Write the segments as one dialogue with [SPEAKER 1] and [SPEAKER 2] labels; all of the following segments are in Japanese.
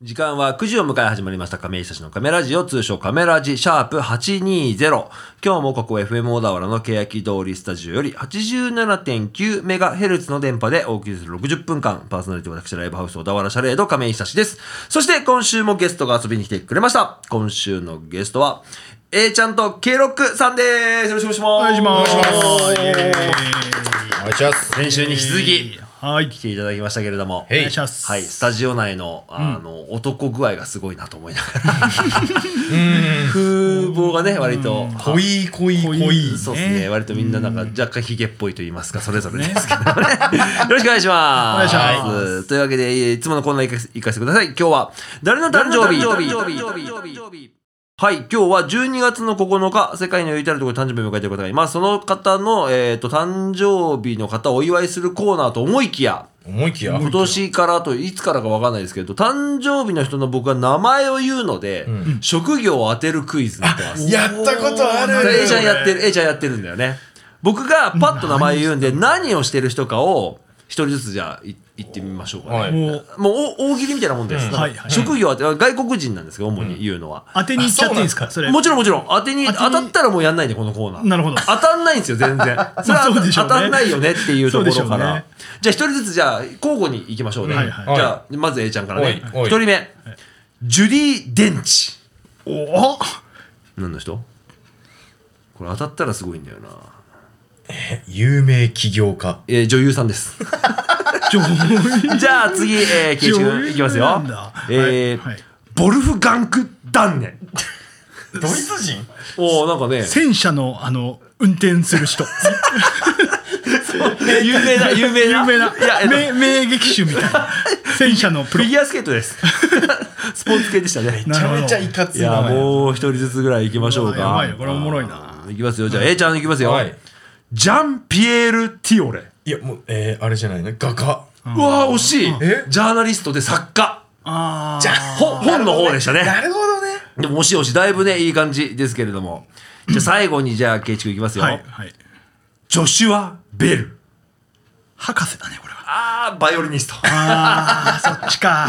[SPEAKER 1] 時間は9時を迎え始まりました亀井久志のカメラジオ通称カメラジシャープ820今日もここ FM 小田原の欅通りスタジオより 87.9MHz の電波でお送りする60分間パーソナリティ私ライブハウス小田原シャレード亀井久志ですそして今週もゲストが遊びに来てくれました今週のゲストは A ちゃんと K ロックさんですよろしくお願いします
[SPEAKER 2] お願いします
[SPEAKER 1] し
[SPEAKER 3] お願いします。
[SPEAKER 1] 先週に引き続き
[SPEAKER 2] はい。
[SPEAKER 1] 来ていただきましたけれども
[SPEAKER 2] お
[SPEAKER 3] い
[SPEAKER 2] 願いします。
[SPEAKER 1] はい、スタジオ内のあの、男具合がすごいなと思いながら風貌がね割と
[SPEAKER 3] 濃い濃い濃い。
[SPEAKER 1] そうですね割とみんななんか若干ヒゲっぽいと言いますかそれぞれですけどね よろしくお願いします
[SPEAKER 2] お願いしま
[SPEAKER 1] というわけでいつものコーナー行かせ行かせてください今日は誰の誕生日はい、今日は12月の9日、世界の至るところで誕生日を迎えている方がいます。その方の、えっ、と、誕生日の方をお祝いするコーナーと思いきや、
[SPEAKER 3] 思いきや。
[SPEAKER 1] 今年からといつからかわかんないですけど誕生日の人の僕が名前を言うので、職業を当てるクイズになってます。
[SPEAKER 3] やったことあ
[SPEAKER 1] これ A
[SPEAKER 3] る。
[SPEAKER 1] ちゃんやってる A ちゃんやってるんだよね。僕がパッと名前言うんで何をしてる人かを一人ずつじゃあい言ってみましょうかね。
[SPEAKER 3] はい
[SPEAKER 2] もう、
[SPEAKER 1] もうお大喜利みたいなもんです。
[SPEAKER 2] んはいはい
[SPEAKER 1] 職業を当て外国人なんですけど主に言うのは。
[SPEAKER 2] 当てに行っちゃっていいですかそれ。
[SPEAKER 1] もちろんもちろん当てに当
[SPEAKER 2] 当てに
[SPEAKER 1] たったらもうやんないねこのコーナー
[SPEAKER 2] なるほど
[SPEAKER 1] 当たんないんですよ全然それは
[SPEAKER 2] まあそうでしょう
[SPEAKER 1] 当
[SPEAKER 2] ね
[SPEAKER 1] たんないよねっていうところ
[SPEAKER 2] そうでしょ
[SPEAKER 1] か
[SPEAKER 2] う
[SPEAKER 1] ら、
[SPEAKER 2] ね
[SPEAKER 1] じゃあ一人ずつじゃあ交互に行きましょうね、
[SPEAKER 2] はいはい
[SPEAKER 1] じゃあまず A ちゃんからね
[SPEAKER 3] おいお
[SPEAKER 1] 一
[SPEAKER 3] い
[SPEAKER 1] 人目ジュディ・デンチ
[SPEAKER 2] おお
[SPEAKER 1] 何の人これ当たったらすごいんだよな、
[SPEAKER 3] 有名起業家。
[SPEAKER 1] えー、女優さんです
[SPEAKER 2] 上位
[SPEAKER 1] じゃあ次、えー、ケイシ
[SPEAKER 2] 女優なん
[SPEAKER 1] 君い
[SPEAKER 2] だ
[SPEAKER 1] きますよ
[SPEAKER 2] はい
[SPEAKER 1] えー
[SPEAKER 2] はい
[SPEAKER 1] ボルフガンク・ダンネン
[SPEAKER 3] ドイツ人？
[SPEAKER 1] おーなんかね
[SPEAKER 2] 戦車の、あの、運転する 人。
[SPEAKER 1] 有名な有名な
[SPEAKER 2] 有名ない
[SPEAKER 1] や、えっと
[SPEAKER 2] 名名撃手みたいな。戦車のプ
[SPEAKER 1] フ
[SPEAKER 2] ロ
[SPEAKER 1] ィ。ギュアスケートですスポーツ系でしたね
[SPEAKER 3] め
[SPEAKER 2] な
[SPEAKER 3] ち
[SPEAKER 2] るほ
[SPEAKER 3] ゃ
[SPEAKER 2] ど
[SPEAKER 3] めちゃいかつ
[SPEAKER 1] い
[SPEAKER 3] い名
[SPEAKER 1] や
[SPEAKER 3] 前。
[SPEAKER 1] もう一人ずつぐらい行きましょうか。
[SPEAKER 2] やばいよこれおもろいな
[SPEAKER 1] あー。いきますよ。じゃあ A ちゃんいきますよ。
[SPEAKER 3] はい
[SPEAKER 1] ジャンピエール・ティオレ。
[SPEAKER 3] いやもうえーあれじゃないね。画家。
[SPEAKER 1] うわー惜しい
[SPEAKER 3] え。
[SPEAKER 1] ジャーナリストで作家。
[SPEAKER 2] あ
[SPEAKER 3] じゃ
[SPEAKER 2] あ。
[SPEAKER 3] あ
[SPEAKER 1] ほ本の方でしたね。
[SPEAKER 3] なるほどね。
[SPEAKER 1] でも惜しい惜しい。だいぶねいい感じですけれども。じゃあ最後にじゃあケイチ君いきますよ。
[SPEAKER 2] はい。はい。
[SPEAKER 1] ジョシュア・ベル。
[SPEAKER 2] 博士だね、これは。
[SPEAKER 1] あーバイオリニスト。
[SPEAKER 2] ああ、そっち か。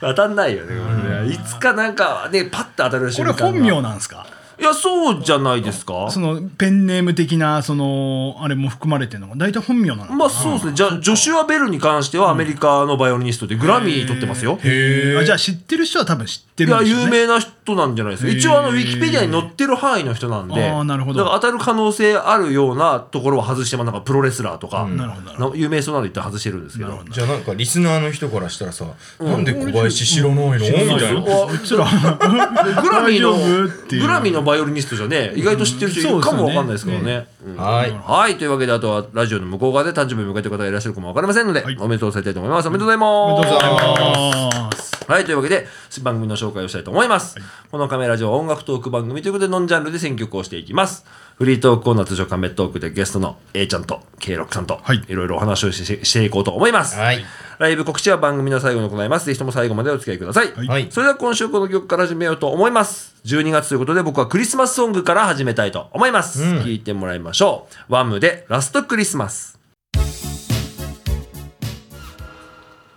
[SPEAKER 1] 当たんないよね。これねいつかなんかねパッと当たる
[SPEAKER 2] こ
[SPEAKER 1] 瞬
[SPEAKER 2] れ
[SPEAKER 1] 間が。
[SPEAKER 2] 本名なんですか
[SPEAKER 1] いやそうじゃないですか
[SPEAKER 2] そ。のペンネーム的な、その、あれも含まれてるのが、大体本名なのかな
[SPEAKER 1] まあそうですね。じゃあジョシュア・ベルに関してはアメリカのバイオリニストでグラミー取ってますよ。
[SPEAKER 3] へ
[SPEAKER 2] あ
[SPEAKER 3] え。
[SPEAKER 2] じゃあ知ってる人は多分知って
[SPEAKER 1] い
[SPEAKER 2] るん
[SPEAKER 1] や、
[SPEAKER 2] でしょう
[SPEAKER 1] 有
[SPEAKER 2] ね。
[SPEAKER 1] 名な人なんじゃないですか。一応、あの、ウ
[SPEAKER 2] へー
[SPEAKER 1] ィキペディアに載ってる範囲の人なんで、
[SPEAKER 2] あーなるほど
[SPEAKER 1] だから当たる可能性あるようなところは外しても、なんかプロレスラーとか、
[SPEAKER 2] なるほどなるほ
[SPEAKER 1] な有名そうなの言って外してるんですけど。
[SPEAKER 3] じゃあなんかリスナーの人からしたらさ、なんで小林知らないのみ
[SPEAKER 1] そう
[SPEAKER 3] たいな。
[SPEAKER 1] そう
[SPEAKER 2] うちら、
[SPEAKER 1] グラミーの
[SPEAKER 2] 大丈夫っていう
[SPEAKER 1] グラミーのバイオリニストじゃね意外と知ってる人いるかもわかんないですからね。うん
[SPEAKER 3] はい。
[SPEAKER 1] はいというわけであとはラジオの向こう側で誕生日を迎えてる方がいらっしゃるかもわかりませんので、
[SPEAKER 2] はい
[SPEAKER 1] おめでとうされたいと思いますおめでとうございます
[SPEAKER 2] おめでとうございます。
[SPEAKER 1] はい、というわけで、番組の紹介をしたいと思います。このカメラ上は音楽トーク番組ということで、ノンジャンルで選曲をしていきます。フリートークコーナー通称カメトークでゲストの A ちゃんと K ロックさんと、
[SPEAKER 2] はい
[SPEAKER 1] いろいろお話をしししていこうと思います。
[SPEAKER 3] はい。
[SPEAKER 1] ライブ告知は番組の最後に行います。ぜひとも最後までお付き合いください。
[SPEAKER 2] はい
[SPEAKER 3] はい
[SPEAKER 1] それでは今週この曲から始めようと思います。12月ということで僕はクリスマスソングから始めたいと思います。聴、いてもらいましょう。ワムでラストクリスマス。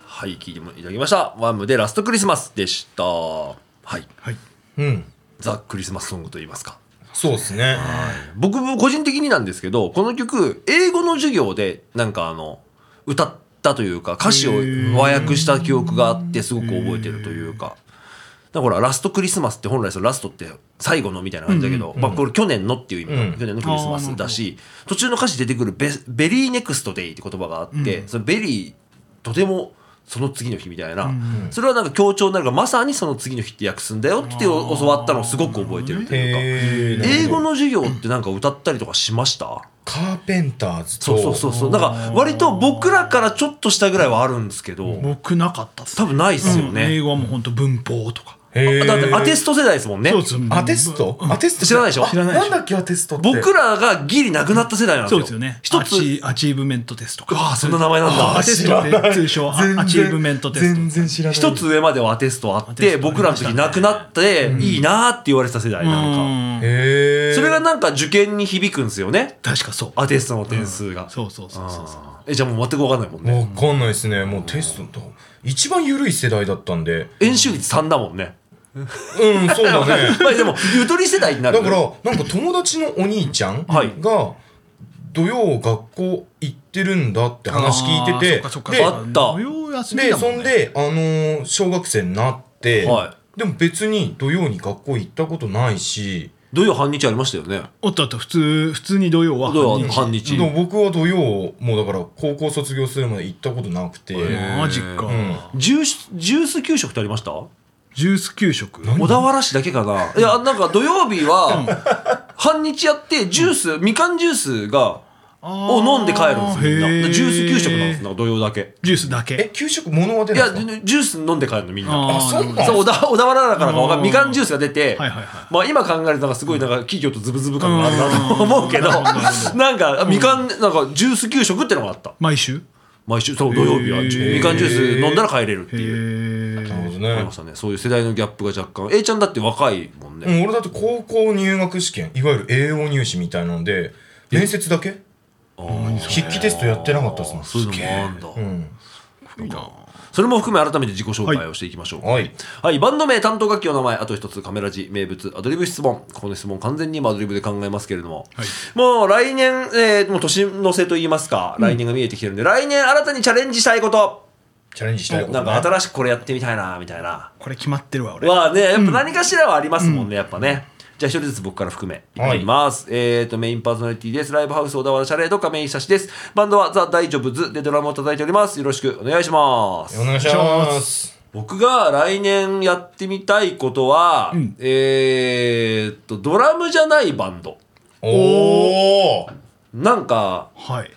[SPEAKER 1] はい、聴いてもいただきました。ワムでラストクリスマスでした。はい。
[SPEAKER 2] はい。
[SPEAKER 3] うん。
[SPEAKER 1] ザ・クリスマスソングと言いますか。
[SPEAKER 3] そうですね。
[SPEAKER 1] 僕も個人的になんですけどこの曲英語の授業でなんかあの歌ったというか歌詞を和訳した記憶があってすごく覚えてるというか。だからほらラストクリスマスって本来そのラストって最後のみたいな感じだけど、まあ、これ去年のっていう意味、
[SPEAKER 3] うん
[SPEAKER 1] 去年のクリスマスだし途中の歌詞出てくるベ「ベリーネクストデイ」って言葉があって、そのベリーとてもその次の日みたいな、それはなんか強調になるからまさにその次の日って訳すんだよって教わったのをすごく覚えてるというか。
[SPEAKER 3] へえ。
[SPEAKER 1] 英語の授業ってなんか歌ったりとかしました
[SPEAKER 3] カーペンターズと。
[SPEAKER 1] そうそうそうそうなんか割と僕らからちょっとしたぐらいはあるんですけど
[SPEAKER 2] 僕なかったっす
[SPEAKER 1] 多
[SPEAKER 2] ね。
[SPEAKER 1] 分ないっすよ
[SPEAKER 2] 英
[SPEAKER 1] ね、
[SPEAKER 2] 語はもう本当文法とか。
[SPEAKER 3] へえ。
[SPEAKER 1] だってアテスト世代ですもんね
[SPEAKER 2] そうです
[SPEAKER 3] アテストアテスト
[SPEAKER 1] 知らないでしょ
[SPEAKER 3] あ
[SPEAKER 1] 知ら
[SPEAKER 2] ないでしょ
[SPEAKER 3] んだっけアテストって。
[SPEAKER 1] 僕らがギリなくなった世代なんです
[SPEAKER 2] そう
[SPEAKER 1] よ
[SPEAKER 2] ですよね。
[SPEAKER 1] 一
[SPEAKER 2] ア
[SPEAKER 1] つ
[SPEAKER 2] チアチーブメントテストと
[SPEAKER 1] あ
[SPEAKER 2] か。
[SPEAKER 1] あそんな名前なんだ
[SPEAKER 2] アテスト
[SPEAKER 3] 知らな
[SPEAKER 2] で
[SPEAKER 3] い
[SPEAKER 2] 通称
[SPEAKER 3] 全然
[SPEAKER 2] アチーブメントテス
[SPEAKER 3] 全
[SPEAKER 2] ト。
[SPEAKER 3] 然知らない。
[SPEAKER 1] 一つ上まではアテストあっ
[SPEAKER 2] アテ
[SPEAKER 1] て
[SPEAKER 2] ストあり
[SPEAKER 1] 僕らの
[SPEAKER 2] ました
[SPEAKER 1] 時
[SPEAKER 2] ね
[SPEAKER 1] なくなっていいなーって言われてた世代なんか
[SPEAKER 2] うん
[SPEAKER 3] へえ。
[SPEAKER 1] それがなんか受験に響くんですよね
[SPEAKER 2] 確かそう。
[SPEAKER 1] アテストの点数が
[SPEAKER 2] そうそうそうそうそう。
[SPEAKER 1] あーえじゃあもう全く分かんないもんね
[SPEAKER 3] わかんないですね。もうテストと。一番緩い世代だったんで
[SPEAKER 1] 円周率3だもんね。
[SPEAKER 3] うんそうだね
[SPEAKER 1] まあでも、ゆとり世代になる
[SPEAKER 3] だ
[SPEAKER 1] よ
[SPEAKER 3] からなんか友達のお兄ちゃん
[SPEAKER 1] はい
[SPEAKER 3] が土曜学校行ってるんだって話聞いて
[SPEAKER 2] あーそっかそっか
[SPEAKER 3] てで
[SPEAKER 1] あった
[SPEAKER 2] 土曜休み
[SPEAKER 3] で
[SPEAKER 2] だも
[SPEAKER 3] そ
[SPEAKER 2] ん
[SPEAKER 3] ん
[SPEAKER 2] ね
[SPEAKER 3] で、あのー小学生になって、
[SPEAKER 1] は
[SPEAKER 3] でも別に土曜に学校行ったことないし、
[SPEAKER 1] 土曜半日ありましたよね。
[SPEAKER 2] おっとおっと普通普通に土曜は
[SPEAKER 1] 土曜
[SPEAKER 2] 半日
[SPEAKER 1] 半日。
[SPEAKER 3] でも僕は土曜もうだから高校卒業するまで行ったことなくて、
[SPEAKER 1] へ
[SPEAKER 2] マジか、
[SPEAKER 3] うん
[SPEAKER 1] ジュース、ジュース給食ってありました小
[SPEAKER 2] ジュース給食
[SPEAKER 1] 田原市だけかないや、なんか土曜日は、半日やって、ジュース、みかんジュースが、を飲んで帰るんですよ、みんな。
[SPEAKER 2] あーへ
[SPEAKER 1] で
[SPEAKER 2] ー
[SPEAKER 1] ジュース給食なんですなんか土曜だけ。
[SPEAKER 2] ジュースだ
[SPEAKER 3] え
[SPEAKER 2] け
[SPEAKER 3] 給食物は出
[SPEAKER 1] い
[SPEAKER 3] な
[SPEAKER 1] や、
[SPEAKER 3] いんですか
[SPEAKER 1] ジュース飲んで帰るの、みんな。
[SPEAKER 2] あー
[SPEAKER 3] あそうなん
[SPEAKER 2] なるほど
[SPEAKER 3] だ
[SPEAKER 1] そう、小田小田原だからかわかんない。
[SPEAKER 2] あー
[SPEAKER 1] みかんジュースが出て、
[SPEAKER 2] はいはいは
[SPEAKER 1] まあ今考えるとなんかすごいなんか企業とズブズブ感があるなと思うけど、なんかみかん、なんかジュース給食ってのがあった。
[SPEAKER 2] 毎週
[SPEAKER 1] 毎週、そう、土曜日はジュ
[SPEAKER 2] へー
[SPEAKER 1] みかんジュース飲んだら帰れるって
[SPEAKER 2] へ
[SPEAKER 1] いう。
[SPEAKER 2] え
[SPEAKER 3] なるほど
[SPEAKER 1] あり
[SPEAKER 3] ね
[SPEAKER 1] まし、たね。そういう世代のギャップが若干。A ちゃんだって若いもんね。
[SPEAKER 3] うん、俺だって高校入学試験いわゆる栄養入試みたいなので面接だけ筆記テストやってなかったっすもん
[SPEAKER 1] そういうのもあんだ、
[SPEAKER 3] うん
[SPEAKER 1] それも含め改めて自己紹介をしていきましょう
[SPEAKER 3] はいはい
[SPEAKER 1] はいバンド名担当楽器の名前あと一つカメラ字名物アドリブ質問この質問完全に今アドリブで考えますけれども、
[SPEAKER 2] はい
[SPEAKER 1] もう来年、えーもう年の瀬といいますか来年が見えてきてるんで、来年新たにチャレンジしたいこと
[SPEAKER 3] チャレンジしたいこと、ね、
[SPEAKER 1] なんか新しくこれやってみたいなみたいな
[SPEAKER 2] これ決まってるわ俺
[SPEAKER 1] はねやっぱ何かしらはありますもんね、やっぱねじゃあ一人ずつ僕から含め
[SPEAKER 3] はい
[SPEAKER 1] いきます、えっ、とメインパーソナリティですライブハウス小田原シャレード亀井久志ですバンドはザ・大丈夫ズでドラムを叩いておりますよろしくお願いします
[SPEAKER 3] お願いします
[SPEAKER 1] 僕が来年やってみたいことは、
[SPEAKER 2] ん
[SPEAKER 1] えーっとドラムじゃないバンド
[SPEAKER 3] おお
[SPEAKER 1] なんか
[SPEAKER 2] はい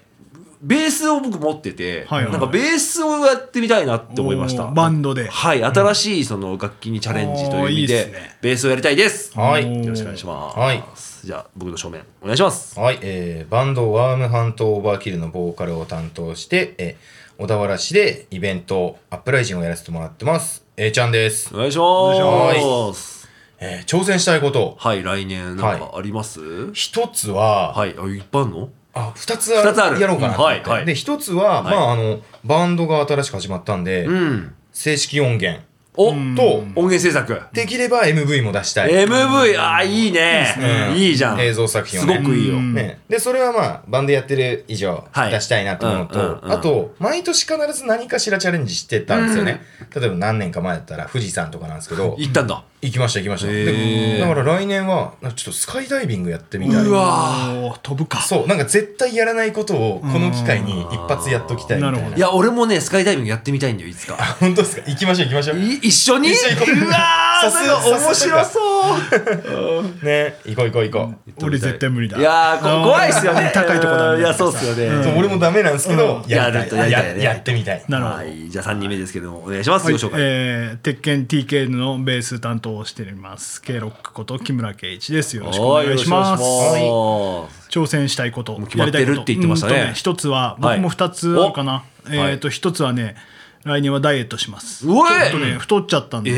[SPEAKER 1] ベースを僕持ってて、
[SPEAKER 2] はいはい
[SPEAKER 1] なんかベースをやってみたいなって思いました
[SPEAKER 2] おーバンドで
[SPEAKER 1] はい新しいその楽器にチャレンジという意味で
[SPEAKER 2] おーいいっすね
[SPEAKER 1] ベースをやりたいです
[SPEAKER 3] は
[SPEAKER 2] お
[SPEAKER 3] い
[SPEAKER 2] ー
[SPEAKER 1] よろしくお願いします、
[SPEAKER 3] はい
[SPEAKER 1] じゃあ僕の正面お願いします
[SPEAKER 3] はい、えーバンドワームハントオーバーキルのボーカルを担当して、えー小田原市でイベントアップライジングをやらせてもらってます A ちゃんです、
[SPEAKER 1] お願いします
[SPEAKER 3] えー挑戦したいこと
[SPEAKER 1] はい来年なんかあります
[SPEAKER 3] 一つは、
[SPEAKER 1] はい、あいっぱいあるの
[SPEAKER 3] あ二つ
[SPEAKER 1] 二つある
[SPEAKER 3] やろうかなと思って
[SPEAKER 1] うんはいはい
[SPEAKER 3] で一つは、
[SPEAKER 1] はい
[SPEAKER 3] まああのバンドが新しく始まったんで、
[SPEAKER 1] うん
[SPEAKER 3] 正式音源
[SPEAKER 1] お、
[SPEAKER 3] と、
[SPEAKER 1] 音源制作
[SPEAKER 3] できれば MV も出したい、
[SPEAKER 1] MV あーいいね
[SPEAKER 3] うん
[SPEAKER 1] いいじゃん
[SPEAKER 3] 映像作品を
[SPEAKER 1] す
[SPEAKER 3] ね
[SPEAKER 1] ごくいいよ
[SPEAKER 2] うん
[SPEAKER 3] ね、でそれはまあバンドやってる以上
[SPEAKER 1] はい
[SPEAKER 3] 出したいなと思うと、
[SPEAKER 1] うんうんうん
[SPEAKER 3] あと毎年必ず何かしらチャレンジしてたんですよね、例えば何年か前だったら富士山とかなんですけど
[SPEAKER 1] 行ったんだ
[SPEAKER 3] 行きました行きました
[SPEAKER 1] へー
[SPEAKER 3] でだから来年はなんかちょっとスカイダイビングやってみたいう
[SPEAKER 1] わー
[SPEAKER 2] おー飛ぶか
[SPEAKER 3] そうなんか絶対やらないことをこの機会に一発やっときたいみた
[SPEAKER 2] う
[SPEAKER 3] い
[SPEAKER 2] んな
[SPEAKER 3] な
[SPEAKER 2] るほ
[SPEAKER 1] いや俺もねスカイダイビングやってみたいんだよいつか
[SPEAKER 3] 本当ですか行きましょう行きましょう
[SPEAKER 1] い一緒に
[SPEAKER 3] 一緒に行こう
[SPEAKER 1] うわー
[SPEAKER 3] さ
[SPEAKER 1] そ
[SPEAKER 3] す
[SPEAKER 1] れ面白
[SPEAKER 3] さす
[SPEAKER 1] そう
[SPEAKER 3] ね行こう行こう行こう、
[SPEAKER 2] 俺絶対無理だ
[SPEAKER 1] いやーこ怖いっすよね
[SPEAKER 2] 高いとこだね
[SPEAKER 1] いやそうっすよ
[SPEAKER 2] うん
[SPEAKER 1] ね
[SPEAKER 3] そう俺もダメなんですけど、やりた
[SPEAKER 1] やりたいや
[SPEAKER 3] い
[SPEAKER 1] りたいね
[SPEAKER 3] ややってみたい
[SPEAKER 2] なるほど
[SPEAKER 1] はいじゃあ3人目ですけどもお願いします
[SPEAKER 2] はい
[SPEAKER 1] ご紹介
[SPEAKER 2] えー鉄拳 TK のベース担当をしておりますケイロックこと木村圭一ですよろしくお
[SPEAKER 1] は
[SPEAKER 2] 願いします
[SPEAKER 1] よろしくお願いしま
[SPEAKER 2] 挑戦したいこと
[SPEAKER 1] もう決まってる
[SPEAKER 2] やりいこと
[SPEAKER 1] って言ってましたね
[SPEAKER 2] うんと一つは僕も二つあるかな、
[SPEAKER 1] いお
[SPEAKER 2] えっ、と一つはね来年はダイエットしますち
[SPEAKER 1] う
[SPEAKER 2] ょ
[SPEAKER 1] わい
[SPEAKER 2] っとね太っちゃったんで、
[SPEAKER 1] え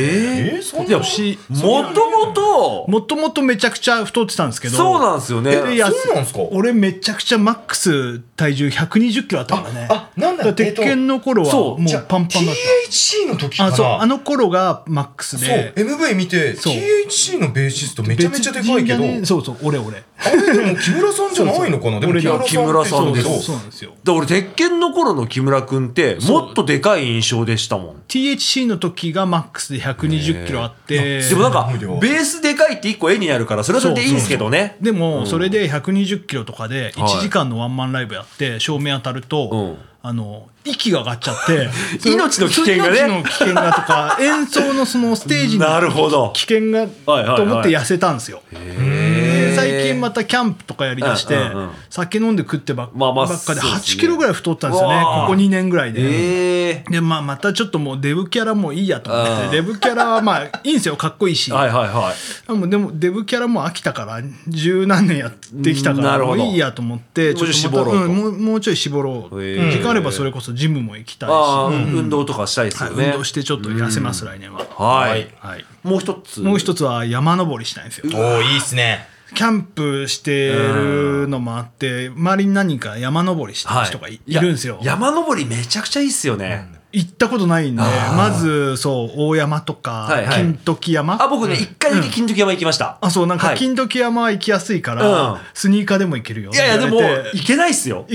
[SPEAKER 3] えーそんな
[SPEAKER 1] ーいや
[SPEAKER 2] し
[SPEAKER 1] もともと
[SPEAKER 2] もともとめちゃくちゃ太ってたんですけど
[SPEAKER 1] そうなんですよね
[SPEAKER 2] でやす
[SPEAKER 3] そうなんですか
[SPEAKER 2] 俺めちゃくちゃマックス体重120キロあったからね
[SPEAKER 3] ああなんだ
[SPEAKER 2] から鉄拳の頃は
[SPEAKER 1] そ
[SPEAKER 2] も
[SPEAKER 1] う
[SPEAKER 2] うパンパンだっ
[SPEAKER 3] THC の時か
[SPEAKER 2] た
[SPEAKER 3] な
[SPEAKER 2] あそうあの頃がマックス
[SPEAKER 3] そう
[SPEAKER 2] で
[SPEAKER 3] MV 見て
[SPEAKER 2] そう
[SPEAKER 3] THC のベーシストめちゃめちゃでかいけ
[SPEAKER 2] 別
[SPEAKER 3] ど、
[SPEAKER 2] 人だねそうそう俺俺
[SPEAKER 3] あれでも木村さんじゃないのかなでも
[SPEAKER 2] 俺が
[SPEAKER 3] 木村さんって
[SPEAKER 1] 木村さんです
[SPEAKER 3] そう
[SPEAKER 2] そうなんですよ
[SPEAKER 1] だから俺鉄拳の頃の木村君ってもっとでかい印象でしたもん
[SPEAKER 2] THC の時がマックスで120キロあって、
[SPEAKER 1] でもなんか
[SPEAKER 3] すごい量
[SPEAKER 1] ベースでかいって一個絵になるからそれはそれでいいんですけどね
[SPEAKER 2] でもそれで120キロとかで
[SPEAKER 1] はい
[SPEAKER 2] 1時間のワンマンライブやって照明当たると、
[SPEAKER 1] うん
[SPEAKER 2] あの息が上がっちゃって
[SPEAKER 1] 命の危険がね
[SPEAKER 2] 命の危険がとか演奏 のそのステージ
[SPEAKER 1] なる
[SPEAKER 2] の
[SPEAKER 1] ほど
[SPEAKER 2] 危険が
[SPEAKER 1] はいはい
[SPEAKER 2] と思って痩せたんですよ。で最近またキャンプとかやりだして、
[SPEAKER 1] うんうんうん
[SPEAKER 2] 酒飲んで食ってば,、
[SPEAKER 1] まあまあ
[SPEAKER 2] ばっかで
[SPEAKER 1] そうですね
[SPEAKER 2] 8キロぐらい太ったんですよね
[SPEAKER 1] う
[SPEAKER 2] こ
[SPEAKER 1] わー
[SPEAKER 2] こ2年ぐらいで。
[SPEAKER 1] ええ
[SPEAKER 2] でまあ、またちょっともうデブキャラもいいやと思
[SPEAKER 1] う
[SPEAKER 2] っ
[SPEAKER 1] ん
[SPEAKER 2] てデブキャラはまあいいんですよかっこいいし、
[SPEAKER 1] はいはいはい
[SPEAKER 2] あもうでもデブキャラも飽きたから十何年やってきたか
[SPEAKER 1] な
[SPEAKER 2] ら
[SPEAKER 1] る
[SPEAKER 2] も
[SPEAKER 1] ほ
[SPEAKER 2] う
[SPEAKER 1] ど
[SPEAKER 2] いいやと思って
[SPEAKER 1] もうちょい
[SPEAKER 2] っとま
[SPEAKER 1] 絞
[SPEAKER 2] た
[SPEAKER 1] ろうと
[SPEAKER 2] んもうもうちょい絞ろう
[SPEAKER 1] へー
[SPEAKER 2] 時間あればそれこそジムも行きたいし、
[SPEAKER 1] ああ、運動とかしたいです
[SPEAKER 2] はい
[SPEAKER 1] よね、
[SPEAKER 2] 運動してちょっと痩せます来年は、
[SPEAKER 1] はい、
[SPEAKER 2] はい、
[SPEAKER 1] もう一つ
[SPEAKER 2] もう一
[SPEAKER 1] つ
[SPEAKER 2] つは山登りしたいんですよ
[SPEAKER 3] おーいいっすね
[SPEAKER 2] キャンプしてるのもあって周りに何人か山登りしてる人がい,、い、るんですよ
[SPEAKER 1] 山登りめちゃくちゃいいっすよね、
[SPEAKER 2] 行ったことないんでまずそう大山とか、
[SPEAKER 1] はいはい
[SPEAKER 2] 金時山
[SPEAKER 1] あ、僕ね、一回だけ金時山行きました。
[SPEAKER 2] あそうなんか
[SPEAKER 1] はい
[SPEAKER 2] 金時山は行きやすいから、
[SPEAKER 1] うん
[SPEAKER 2] スニーカーでも行けるよ
[SPEAKER 1] いやいや、でも、
[SPEAKER 2] って言われて
[SPEAKER 1] いけないっすよ。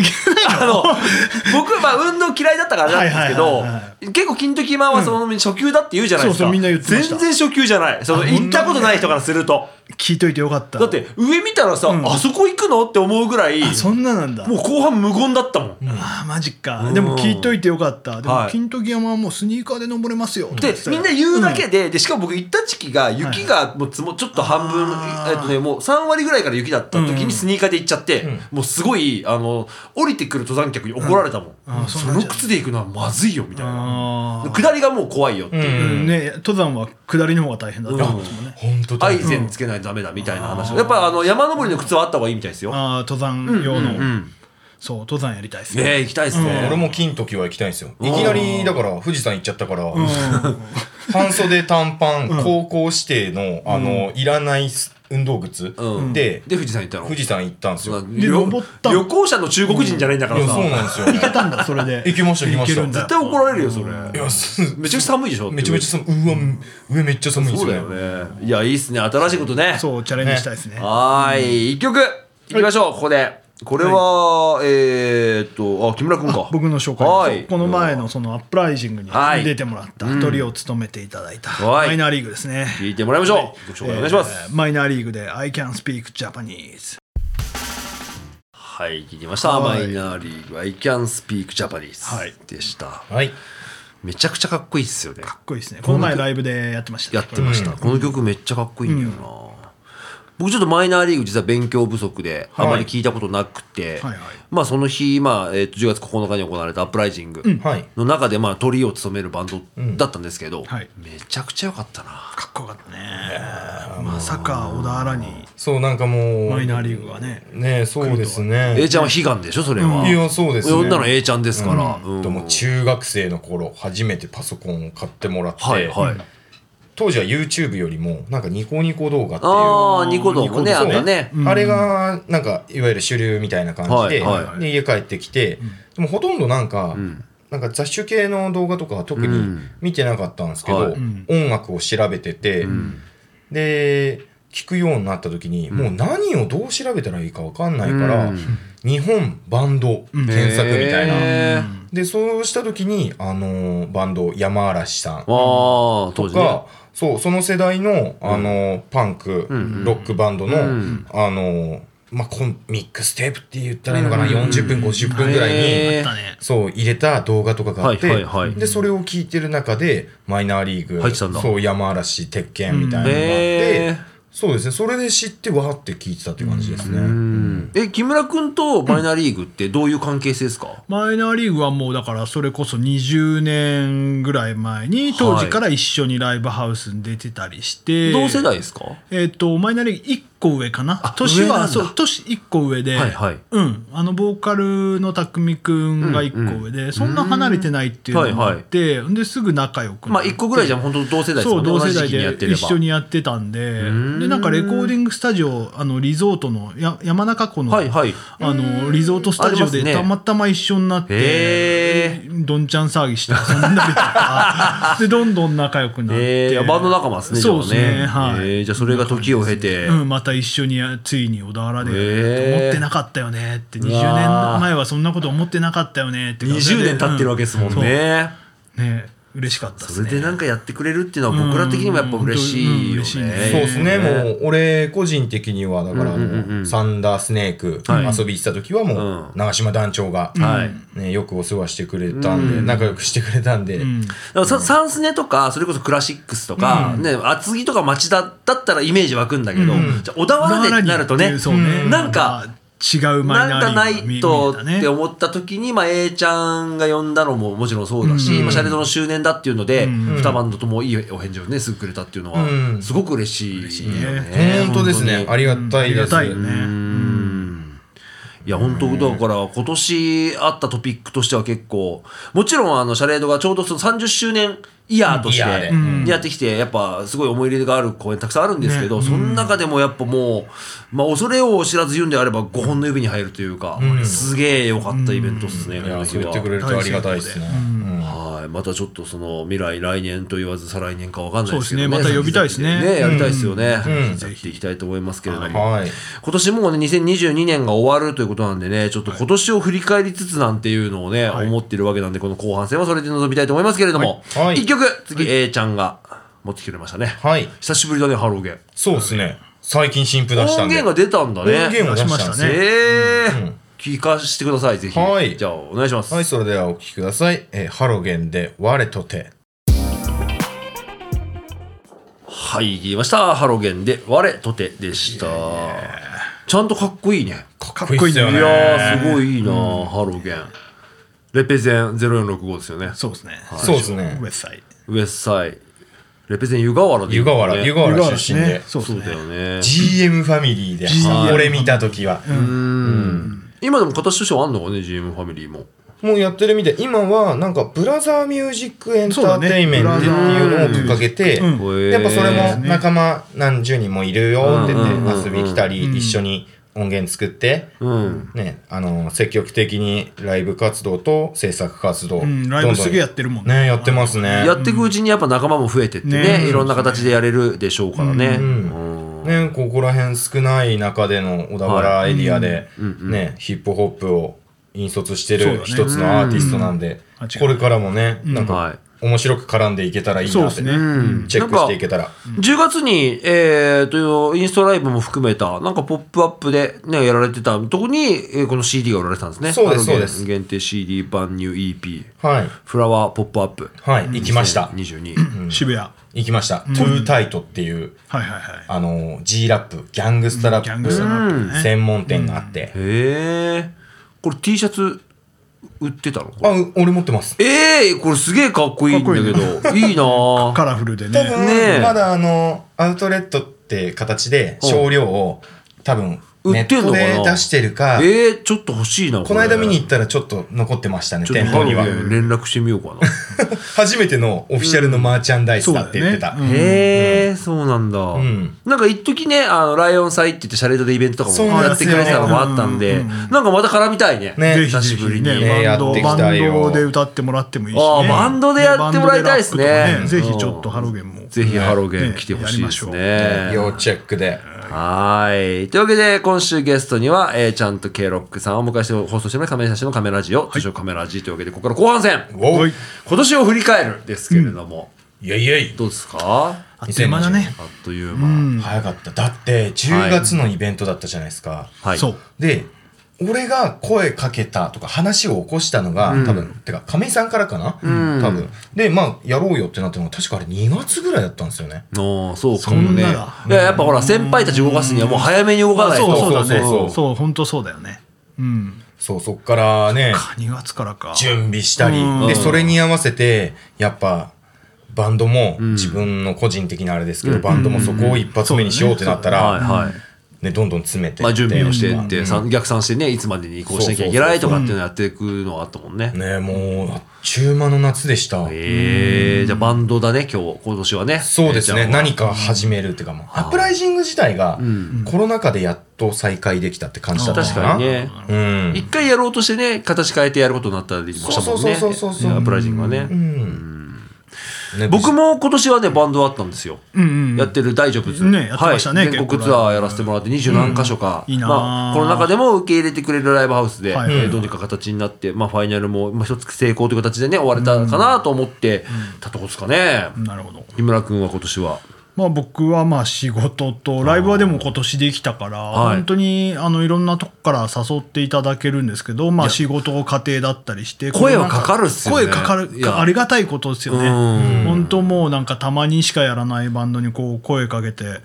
[SPEAKER 1] あの、僕はまあ運動嫌いだったからなんですけ
[SPEAKER 2] はい
[SPEAKER 1] ど
[SPEAKER 2] はいはいは、
[SPEAKER 1] 結構金時マンはその初級だって言うじゃないですか。
[SPEAKER 2] そうそうみんな言ってました
[SPEAKER 1] 全然初級じゃない。その
[SPEAKER 2] あ本当
[SPEAKER 1] 行ったことない人からすると。
[SPEAKER 2] 聞いといてよかった
[SPEAKER 1] だって、上見たらさ、
[SPEAKER 2] ん
[SPEAKER 1] あそこ行くのって思うぐらい、
[SPEAKER 2] そんななんだ
[SPEAKER 1] もう後半無言だったもん。
[SPEAKER 2] ああマジ
[SPEAKER 1] う
[SPEAKER 2] か
[SPEAKER 1] ん
[SPEAKER 2] でも聞いといてよかったでも
[SPEAKER 1] はい
[SPEAKER 2] 金時山はもうスニーカーで登れますよ
[SPEAKER 1] で
[SPEAKER 2] とか
[SPEAKER 1] みんな言うだけで,、でしかも僕行った時期が雪がもうつもちょっと半分、
[SPEAKER 2] あー
[SPEAKER 1] えっとね、もう3割ぐらいから雪だった時
[SPEAKER 2] うん
[SPEAKER 1] にスニーカーで行っちゃって、もうすごいあの降りてくる登山客に怒られたもん、
[SPEAKER 2] うんあー
[SPEAKER 1] そ
[SPEAKER 2] そうなん
[SPEAKER 1] の
[SPEAKER 2] じゃ
[SPEAKER 1] 靴で行くのはまずいよみたいな
[SPEAKER 2] あー
[SPEAKER 1] 下りがもう怖いよっていう、
[SPEAKER 2] うんね登山は下りの方が大変だった
[SPEAKER 1] うん
[SPEAKER 2] んですもんね
[SPEAKER 3] 本当
[SPEAKER 1] ア
[SPEAKER 3] だ
[SPEAKER 1] イゼンつけないとダメだみたいな話をやっぱあの山登りの靴はあった方がいいみたいですよ、
[SPEAKER 2] ああ登山用
[SPEAKER 1] う
[SPEAKER 2] の
[SPEAKER 1] ん、
[SPEAKER 2] そう登山やりたいです
[SPEAKER 1] ね
[SPEAKER 2] ね
[SPEAKER 1] え行きたいですね、
[SPEAKER 3] 俺も金時は行きたいんですよいきなりだから富士山行っちゃったから 半袖短パン高校指定のあのいらない運動靴
[SPEAKER 1] うん
[SPEAKER 3] で
[SPEAKER 1] で富士山行ったの
[SPEAKER 3] 富士山行ったんですよ
[SPEAKER 1] まあ
[SPEAKER 2] で
[SPEAKER 1] 旅
[SPEAKER 2] 登ったの
[SPEAKER 1] 旅行者の中国人じゃないんだか
[SPEAKER 3] い
[SPEAKER 1] ら
[SPEAKER 3] や
[SPEAKER 1] さ、
[SPEAKER 3] そうなんですよ
[SPEAKER 2] 行けたんだそれで
[SPEAKER 3] 行きました行きました
[SPEAKER 2] いけるんだ
[SPEAKER 1] 絶対怒られるよそれ、
[SPEAKER 2] うん
[SPEAKER 3] いやす
[SPEAKER 1] めちゃくちゃ寒いでしょ
[SPEAKER 3] めちゃめちゃ寒いうわ上めっちゃ寒いんで
[SPEAKER 1] そう
[SPEAKER 3] す
[SPEAKER 1] だ
[SPEAKER 3] よ
[SPEAKER 1] よ
[SPEAKER 3] ね
[SPEAKER 1] ね。いや、いいっすね。新しいことね。
[SPEAKER 2] そうチャレンジしたいですね
[SPEAKER 1] はーい。一曲、いきましょう、ここで。これは、えーっと、あ、木村君か。
[SPEAKER 2] 僕の紹介
[SPEAKER 1] は
[SPEAKER 2] そ
[SPEAKER 1] いう
[SPEAKER 2] この前のそのアップライジングに
[SPEAKER 1] はい
[SPEAKER 2] 出てもらったトリを務めていただいた
[SPEAKER 1] はい
[SPEAKER 2] マイナーリーグですね
[SPEAKER 1] 聞いてもらいましょう。ご紹介お願いします
[SPEAKER 2] え。ーマイナーリーグで I can speak Japanese
[SPEAKER 1] はい、聞いてました。マ
[SPEAKER 2] はい
[SPEAKER 1] イナーリーグ、I can speak Japanese
[SPEAKER 2] はい
[SPEAKER 1] でした。
[SPEAKER 3] はい
[SPEAKER 1] めちゃくちゃかっこいいっすよね。
[SPEAKER 2] かっこいいですねこの前ライブでやってました
[SPEAKER 1] や
[SPEAKER 2] ね
[SPEAKER 1] ってました。この曲めっちゃかっこいいんだよな。僕ちょっとマイナーリーグ実は勉強不足であ
[SPEAKER 3] い
[SPEAKER 1] まり聞いたことなくて、
[SPEAKER 2] はいはい
[SPEAKER 1] まあその日、まあえっと10月9日に行われたアップライジング、
[SPEAKER 3] はい
[SPEAKER 1] の中でまあトリを務めるバンドだったんですけど、
[SPEAKER 2] はい
[SPEAKER 1] めちゃくちゃ良かったな
[SPEAKER 2] かっこよかったねまさか小田原に
[SPEAKER 3] そうなんかもう
[SPEAKER 2] マイナーリーグがね
[SPEAKER 3] ねそうですね
[SPEAKER 1] A ちゃんは悲願でしょそれは、
[SPEAKER 3] いやそうですね
[SPEAKER 1] 女の A ちゃんですから、うん
[SPEAKER 3] でも中学生の頃初めてパソコンを買ってもらって、
[SPEAKER 1] はいはい、
[SPEAKER 3] 当時は YouTube よりもなんかニコニコ動画っていう
[SPEAKER 1] ああニコ動もね
[SPEAKER 3] そ
[SPEAKER 1] あ
[SPEAKER 3] うん
[SPEAKER 1] だね
[SPEAKER 3] あれがなんかいわゆる主流みたいな感じで,、
[SPEAKER 1] はいはい
[SPEAKER 3] で家帰ってきて、でもほとんどなんか、なんか雑種系の動画とかは特
[SPEAKER 1] う
[SPEAKER 3] に
[SPEAKER 1] ん
[SPEAKER 3] 見てなかったんですけど、
[SPEAKER 1] はい
[SPEAKER 2] ん
[SPEAKER 3] 音楽を調べてて、で聞くようになった時に、もう何をどう調べたらいいか分かんないから、
[SPEAKER 1] うん
[SPEAKER 3] 日本バンド検索みたいな。
[SPEAKER 1] へー
[SPEAKER 3] でそうした時にあのーバンド山嵐さん
[SPEAKER 1] あー当時ね
[SPEAKER 3] がそうその世代のあのーパンク、
[SPEAKER 1] ん
[SPEAKER 3] ロックバンドの、
[SPEAKER 1] うん
[SPEAKER 3] あのーまあ、コンミックステープって言ったらいいのかな、
[SPEAKER 1] うん
[SPEAKER 3] 40分50分ぐらいに、
[SPEAKER 1] へー
[SPEAKER 2] だね
[SPEAKER 3] そう入れた動画とかがあって、
[SPEAKER 1] はいはいはい
[SPEAKER 3] でそれを聞いてる中でマイナーリーグ
[SPEAKER 1] 入ってたんだ
[SPEAKER 3] そう山嵐鉄拳みたいなのがあって、
[SPEAKER 1] へー
[SPEAKER 3] そうですねそれで知ってわーって聞いてたっていう感じですね。
[SPEAKER 1] うんえ木村君とマイナーリーグってどういう関係性ですか、
[SPEAKER 2] マイナーリーグはもうだからそれこそ20年ぐらい前に当時から一緒にライブハウスに出てたりして、
[SPEAKER 1] 同世代ですか
[SPEAKER 2] えっ、とマイナーリーグ1個上かな年
[SPEAKER 1] 上なんだ
[SPEAKER 2] はそう年1個上で、
[SPEAKER 1] はいはい
[SPEAKER 2] うん、あのボーカルの匠くんが1個上で、そんな離れてないっていうのもあって、ですぐ仲良く
[SPEAKER 1] ま
[SPEAKER 2] なっ
[SPEAKER 1] あ
[SPEAKER 2] て
[SPEAKER 1] 1個ぐらいじゃ本当同世代ですも
[SPEAKER 2] そうん
[SPEAKER 1] ね
[SPEAKER 2] 同世
[SPEAKER 1] 同じ時
[SPEAKER 2] 代
[SPEAKER 1] 期にやって
[SPEAKER 2] で
[SPEAKER 1] れ
[SPEAKER 2] 一
[SPEAKER 1] ば
[SPEAKER 2] 緒にやってたんで
[SPEAKER 1] ん
[SPEAKER 2] でなんかレコーディングスタジオあのリゾートのや山中湖の,、
[SPEAKER 1] はいはい
[SPEAKER 2] あのリゾートスタジオ
[SPEAKER 1] あり
[SPEAKER 2] で
[SPEAKER 1] ますね
[SPEAKER 2] たまたま一緒になって
[SPEAKER 1] へ
[SPEAKER 2] どんちゃん騒ぎして遊んだりとか でどんどん仲良くなっ
[SPEAKER 1] え
[SPEAKER 2] て、
[SPEAKER 1] ー、バンド仲間ですね
[SPEAKER 2] そうですね
[SPEAKER 1] じゃあね
[SPEAKER 2] はい
[SPEAKER 1] えーじゃあそれが時を経て、
[SPEAKER 2] うん、また一緒にやついに小田原で、
[SPEAKER 1] へー
[SPEAKER 2] 思ってなかったよねって20
[SPEAKER 1] うわー
[SPEAKER 2] 年前はそんなこと思ってなかったよねって
[SPEAKER 1] 20年経ってるわけですもん、
[SPEAKER 2] それで
[SPEAKER 1] ね、
[SPEAKER 2] うんそうね嬉しかったです
[SPEAKER 1] それ
[SPEAKER 2] ね
[SPEAKER 1] でなんかやってくれるっていうのは僕ら的にもやっぱ嬉しいよね、
[SPEAKER 2] うんうん嬉しいね
[SPEAKER 3] そうですね、
[SPEAKER 1] え
[SPEAKER 3] もう俺個人的にはだからあの、サンダースネーク遊びした時はもう、
[SPEAKER 1] うん
[SPEAKER 3] 長島団長が、
[SPEAKER 1] はい
[SPEAKER 3] ね、よくお世話してくれたんで、仲良くしてくれたんで、
[SPEAKER 1] だからさサンスネとかそれこそクラシックスとか、ね、厚木とか町田だったらイメージ湧くんだけど、じゃあ小田原でってなるとね
[SPEAKER 2] そうね
[SPEAKER 1] なんか
[SPEAKER 2] 違うマイ
[SPEAKER 1] なんか
[SPEAKER 2] ナ
[SPEAKER 1] な
[SPEAKER 2] ーリーグが見
[SPEAKER 1] いと
[SPEAKER 2] 見
[SPEAKER 1] っ
[SPEAKER 2] え
[SPEAKER 1] て
[SPEAKER 2] たね
[SPEAKER 1] 思った時に、まあ、A ちゃんが呼んだのももちろんそうだし、まあ、シャレドの周年だっていうので、二バンドともいいお返事をねすぐくれたっていうのは、
[SPEAKER 3] うん
[SPEAKER 1] すごく嬉しいよね。
[SPEAKER 3] 本当ですねありがた
[SPEAKER 2] あ
[SPEAKER 3] い
[SPEAKER 2] り
[SPEAKER 3] で
[SPEAKER 2] が
[SPEAKER 3] す
[SPEAKER 2] たいよね、
[SPEAKER 1] いや本当だから今年あったトピックとしては結構もちろんあのシャレードがちょうどその30周年イヤーとし
[SPEAKER 3] イヤーで
[SPEAKER 1] て
[SPEAKER 3] うん
[SPEAKER 1] やってきてやっぱすごい思い入れがある公演たくさんあるんですけどその中でもやっぱもうまあ恐れを知らず言うんであれば5本の指に入るというかすげえ良かったイベントっすね
[SPEAKER 3] い
[SPEAKER 1] こ
[SPEAKER 3] や
[SPEAKER 1] の
[SPEAKER 3] そう
[SPEAKER 1] 日
[SPEAKER 3] 言
[SPEAKER 1] は
[SPEAKER 3] ってくれるとありがたいですね、うん
[SPEAKER 1] はいはい、またちょっとその未来来年と言わず再来年かわかんないですけど、ね、
[SPEAKER 2] そうですねまた呼びたいですね
[SPEAKER 1] やりたいですよね、
[SPEAKER 3] うんうん
[SPEAKER 1] ぜひやっていきたいと思いますけれども、
[SPEAKER 3] はい。
[SPEAKER 1] 今年もうね2022年が終わるということなんでねちょっと今年を振り返りつつなんていうのをね、
[SPEAKER 2] はい
[SPEAKER 1] 思ってるわけなんでこの後半戦はそれで臨みたいと思いますけれども、一
[SPEAKER 3] はいはい
[SPEAKER 1] 曲次、A ちゃんが持ってきてくれましたね、
[SPEAKER 3] はい。
[SPEAKER 1] 久しぶりだねハローゲン
[SPEAKER 3] そうですね。最近新譜出した
[SPEAKER 1] 音
[SPEAKER 3] んで。
[SPEAKER 1] 源が出たんだね
[SPEAKER 3] 音源を出したんです
[SPEAKER 2] 出しましたね
[SPEAKER 1] ええ聞かしてくださいぜひ、
[SPEAKER 3] はい
[SPEAKER 1] じゃあお願いします、
[SPEAKER 3] はい、それではお聴きください。えーハロゲンで我とて。
[SPEAKER 1] はい、言いました。ハロゲンで、我とてでした。ちゃんとかっこいいね。
[SPEAKER 3] かっ
[SPEAKER 2] こいいね
[SPEAKER 3] っすよ
[SPEAKER 1] い
[SPEAKER 3] ね
[SPEAKER 1] やー、すごいいいな、ハロゲン。レペゼン0465ですよね。
[SPEAKER 2] そうですね。
[SPEAKER 3] そうですね
[SPEAKER 2] ウェッサイ。
[SPEAKER 1] ウエストサイ。レペゼン湯河原でいい
[SPEAKER 3] 湯
[SPEAKER 1] んだよ
[SPEAKER 3] 河
[SPEAKER 1] ね、
[SPEAKER 3] 原、湯河原出身で。
[SPEAKER 2] そうです
[SPEAKER 1] そうだ
[SPEAKER 2] ね。
[SPEAKER 1] よね。
[SPEAKER 3] GM ファミリーで
[SPEAKER 2] GM
[SPEAKER 3] 俺見た時は、
[SPEAKER 1] 今でも形としてはあんのかね、GM ファミリーも。
[SPEAKER 3] もうやってるみたい今はなんかブラザーミュージックエンターテインメントっていうのを掲げて、
[SPEAKER 2] うん
[SPEAKER 1] へー
[SPEAKER 3] やっぱそれも仲間何十人もいるよって言って遊び来たり一緒に音源作って、
[SPEAKER 1] うん。
[SPEAKER 3] ね、あの積極的にライブ活動と制作活動、
[SPEAKER 2] うん、ライブすげえやってるもん
[SPEAKER 3] どんどんねやってますね
[SPEAKER 1] やっていくうちにやっぱ仲間も増えてってね、
[SPEAKER 2] ね
[SPEAKER 1] いろんな形でやれるでしょうからね。うん
[SPEAKER 3] ね、ここら辺少ない中での小田原エリアで、ね、ヒップホップを引率して
[SPEAKER 2] そうだ
[SPEAKER 3] る
[SPEAKER 2] ね
[SPEAKER 3] 一つのアーティストなん
[SPEAKER 2] うん
[SPEAKER 3] で、
[SPEAKER 2] 間違いない
[SPEAKER 3] これからもね、なん
[SPEAKER 1] は
[SPEAKER 3] か
[SPEAKER 1] い
[SPEAKER 3] 面白く絡んでいけたらいい
[SPEAKER 2] そう
[SPEAKER 3] な
[SPEAKER 2] で
[SPEAKER 3] って
[SPEAKER 2] す
[SPEAKER 3] ね、
[SPEAKER 2] ね。
[SPEAKER 3] チェックしていけたら。
[SPEAKER 1] 10月に、えー、とインストライブも含めた、なんかポップアップで、ね、やられてたとこに、えーこの CD が売られてたんですね。
[SPEAKER 3] そうです
[SPEAKER 1] あの
[SPEAKER 3] そうです
[SPEAKER 1] 限定 CD 版ニュー EP、
[SPEAKER 3] はい。
[SPEAKER 1] フラワーポップアップ。
[SPEAKER 3] はい、行きました。
[SPEAKER 1] 22。
[SPEAKER 2] 渋谷。はい
[SPEAKER 3] 行きました。トゥータイトっていう、
[SPEAKER 2] はいはい。
[SPEAKER 3] あの、G ラップ、ギャングスタラ
[SPEAKER 2] ギャ
[SPEAKER 3] ッ
[SPEAKER 2] ングスタラップ
[SPEAKER 3] プ
[SPEAKER 2] ね
[SPEAKER 3] 専門店があって。
[SPEAKER 1] へえ。これ T シャツ売ってたのこれ
[SPEAKER 3] あ、う俺持ってます。
[SPEAKER 1] ええこれすげえかっこいいんだけど、いいなぁ。
[SPEAKER 2] カラフルで
[SPEAKER 3] 多
[SPEAKER 2] ね。
[SPEAKER 3] 分、
[SPEAKER 1] ねえ
[SPEAKER 3] まだあのアウトレットって形で
[SPEAKER 1] うん
[SPEAKER 3] 少量を多分
[SPEAKER 1] 売
[SPEAKER 3] ネ
[SPEAKER 1] っ
[SPEAKER 3] ッ
[SPEAKER 1] てんの
[SPEAKER 3] ト
[SPEAKER 1] かな
[SPEAKER 3] で出してるか、
[SPEAKER 1] ええちょっと欲しいな。
[SPEAKER 3] この間見に行ったらちょっと残ってましたね
[SPEAKER 1] ちょっ
[SPEAKER 3] 店
[SPEAKER 1] と
[SPEAKER 3] 頭には
[SPEAKER 1] ハロゲン連絡してみようかな。
[SPEAKER 3] 初めてのオフィシャルのマーチャンダイスだって言ってた、
[SPEAKER 2] うんそうだよね
[SPEAKER 1] へえ、そうなんだ。
[SPEAKER 3] ん
[SPEAKER 1] なんか一時ね、あの、ライオン祭って言ってシャレードでイベントとか
[SPEAKER 3] そう
[SPEAKER 1] も
[SPEAKER 3] なん
[SPEAKER 1] やっ
[SPEAKER 3] です
[SPEAKER 1] て
[SPEAKER 3] よ
[SPEAKER 1] くれてたのもあったんで、なんかまた絡みたいね。
[SPEAKER 3] ね
[SPEAKER 2] ぜひぜ
[SPEAKER 1] 久しぶり
[SPEAKER 2] ひ
[SPEAKER 1] に
[SPEAKER 2] ね、
[SPEAKER 3] ね
[SPEAKER 2] バンド、
[SPEAKER 3] やってい
[SPEAKER 2] バ
[SPEAKER 3] きたい
[SPEAKER 2] ン
[SPEAKER 3] よ
[SPEAKER 2] ドで歌ってもらってもいいしね。
[SPEAKER 1] あーバンドでやってもらいたいですね
[SPEAKER 2] バンドでラ
[SPEAKER 1] う
[SPEAKER 2] ップとか
[SPEAKER 1] ん
[SPEAKER 2] ぜひちょっとハロゲンも。
[SPEAKER 1] ぜひハロゲン
[SPEAKER 2] ね
[SPEAKER 1] 来てほしいです
[SPEAKER 3] ね
[SPEAKER 1] ね。
[SPEAKER 3] 要チェックで
[SPEAKER 1] はーい。というわけで、今週ゲストには、えーちゃんと K ロックさんをお迎えして放送してます、カメラ写真のカメラジオ、通称カメラジというわけで、ここから後半戦、
[SPEAKER 3] お
[SPEAKER 2] はいい
[SPEAKER 1] 今年を振り返るですけれども、
[SPEAKER 3] いやいやい
[SPEAKER 1] どうですか
[SPEAKER 2] あっという間だね。
[SPEAKER 1] あっという間。
[SPEAKER 3] 早かっただって10月のイベントだったじゃないですか、
[SPEAKER 1] はい。
[SPEAKER 2] そう。
[SPEAKER 3] で俺が声かけたとか話を起こしたのが、多分てか亀井さんからかな、多分でまあやろうよってなったのが確かあれ2月ぐらいだったんですよね
[SPEAKER 1] ああ、そうかもね。い
[SPEAKER 2] そんな
[SPEAKER 1] や
[SPEAKER 2] ら、
[SPEAKER 1] やっぱほら、先輩たち動かすにはもう早めに動かないと。
[SPEAKER 2] そうそうだ
[SPEAKER 3] そうそうそう
[SPEAKER 2] ね。そう、本当そうだよね。うん。
[SPEAKER 3] そう、そっからね、
[SPEAKER 2] か2月からか。
[SPEAKER 3] 準備したり
[SPEAKER 2] う、ん
[SPEAKER 3] で、それに合わせて、やっぱ、バンドも、自分の個人的なあれですけど、バンドもそこを一発目にしようってなった
[SPEAKER 1] はい
[SPEAKER 3] ら、
[SPEAKER 1] はい。
[SPEAKER 3] ね、どんどん詰めて。
[SPEAKER 1] まあ、準備をして
[SPEAKER 3] う
[SPEAKER 1] い
[SPEAKER 3] ん
[SPEAKER 1] って、さん逆算してね、いつまでにこうしなきゃいけないとかっていうのをやっていくのがあったもんね。
[SPEAKER 3] ね、もう、あっちゅう間の夏でした。
[SPEAKER 1] ええじゃあバンドだね、今日、今年はね。
[SPEAKER 3] そうです
[SPEAKER 1] え
[SPEAKER 3] ね、
[SPEAKER 1] ーじゃあ
[SPEAKER 3] 何か始めるっていうか、もうアップライジング自体が、コロナ禍でやっと再開できたって感じだった
[SPEAKER 1] 確
[SPEAKER 3] か
[SPEAKER 1] か
[SPEAKER 3] な。
[SPEAKER 1] にね。
[SPEAKER 3] うん。
[SPEAKER 1] 一回やろうとしてね、形変えてやることになったりもしたもんね。
[SPEAKER 3] そうそうそうそうそう
[SPEAKER 1] ねアップライジングはね。
[SPEAKER 3] うん。ね
[SPEAKER 1] 僕も今年はね、バンドあったんですよ。
[SPEAKER 2] うんうん。
[SPEAKER 1] やってる大丈夫ズ、
[SPEAKER 2] ねやってましたね
[SPEAKER 1] はい、全国ツアーやらせてもらって二十何箇所か、
[SPEAKER 2] うんいいなあ
[SPEAKER 1] まあ、この中でも受け入れてくれるライブハウスで、
[SPEAKER 2] はい
[SPEAKER 1] えーどうにか形になって、まあ、ファイナルもまあ一つ成功という形でね終われたかなと思ってたとこですかね、
[SPEAKER 2] なるほど。
[SPEAKER 1] 日村君は今年は
[SPEAKER 2] まあ僕はまあ仕事とライブはでも今年できたから
[SPEAKER 1] はい
[SPEAKER 2] 本当にあのいろんなとこから誘っていただけるんですけどまあ仕事家庭だったりして
[SPEAKER 1] 声は
[SPEAKER 2] こうなん
[SPEAKER 1] かかるっすよね
[SPEAKER 2] 声かか
[SPEAKER 1] い
[SPEAKER 2] る
[SPEAKER 1] や
[SPEAKER 2] ありがたいことですよね
[SPEAKER 1] うん
[SPEAKER 2] 本当もうなんかたまにしかやらないバンドにこう声かけて
[SPEAKER 1] はい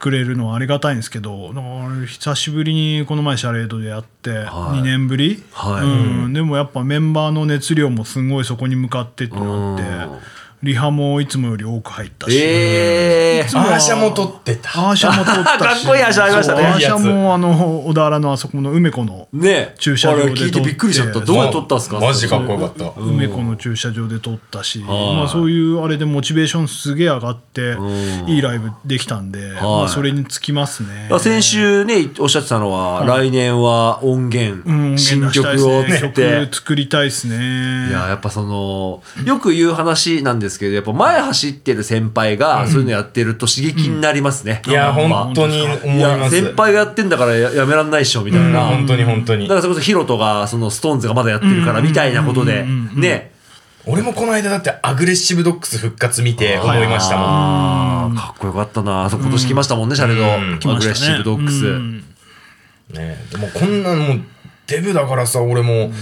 [SPEAKER 2] くれるのはありがたいんですけどなんか久しぶりにこの前シャレードでやって
[SPEAKER 1] はい
[SPEAKER 2] 2年ぶり
[SPEAKER 1] はい
[SPEAKER 2] うんでもやっぱメンバーの熱量もすごいそこに向かってとなって
[SPEAKER 1] うん
[SPEAKER 2] リハもいつもより多く入ったし、
[SPEAKER 1] ええ
[SPEAKER 2] いつもは
[SPEAKER 3] アーシャも撮ってた。
[SPEAKER 2] アーシャも撮ったし
[SPEAKER 1] かっこいいアーシャありましたね
[SPEAKER 2] そうアーシャもあの小田原のあそこの梅子の
[SPEAKER 1] ねえ
[SPEAKER 2] 駐車場で
[SPEAKER 1] あれ聞いてびっくりしちゃった
[SPEAKER 2] 撮って
[SPEAKER 1] どう撮ったんすか
[SPEAKER 3] マジかっこよかった。
[SPEAKER 2] 梅子の駐車場で撮ったし、
[SPEAKER 1] はい
[SPEAKER 2] まあ、そういうあれでモチベーションすげえ上がって
[SPEAKER 1] ん
[SPEAKER 2] いいライブできたんで、
[SPEAKER 1] い
[SPEAKER 2] まあ、それにつきますね
[SPEAKER 1] だから先週ねおっしゃってたのは、来年は音源、
[SPEAKER 2] うん
[SPEAKER 1] 新曲
[SPEAKER 2] 音
[SPEAKER 1] を
[SPEAKER 2] 源出
[SPEAKER 1] つっ
[SPEAKER 2] したいですね
[SPEAKER 1] て
[SPEAKER 2] 曲作りたいですね
[SPEAKER 1] いややっぱそのよく言う話なんですけどやっぱ前走ってる先輩がそういうのやってると刺激になりますね、
[SPEAKER 3] いや、
[SPEAKER 1] ほんま
[SPEAKER 3] 本当に思い
[SPEAKER 1] い
[SPEAKER 3] ま
[SPEAKER 1] や
[SPEAKER 3] す。
[SPEAKER 1] 先輩がやってんだからややめらんないっしょみたい
[SPEAKER 3] うん
[SPEAKER 1] な、
[SPEAKER 3] 本当に本当
[SPEAKER 1] だ
[SPEAKER 3] に
[SPEAKER 1] か。らそれこそヒロトがそのストーンズがまだやってるからみたいなことでね
[SPEAKER 3] 俺もこの間だってアグレッシブドックス復活見て思いましたもん。
[SPEAKER 1] あーかっこよかったなあそこ今年来ましたもんねシャレ
[SPEAKER 3] うん
[SPEAKER 1] ドアグレッシブドックス、
[SPEAKER 2] うん
[SPEAKER 3] ねえ、でもこんなのもうデブだからさ俺も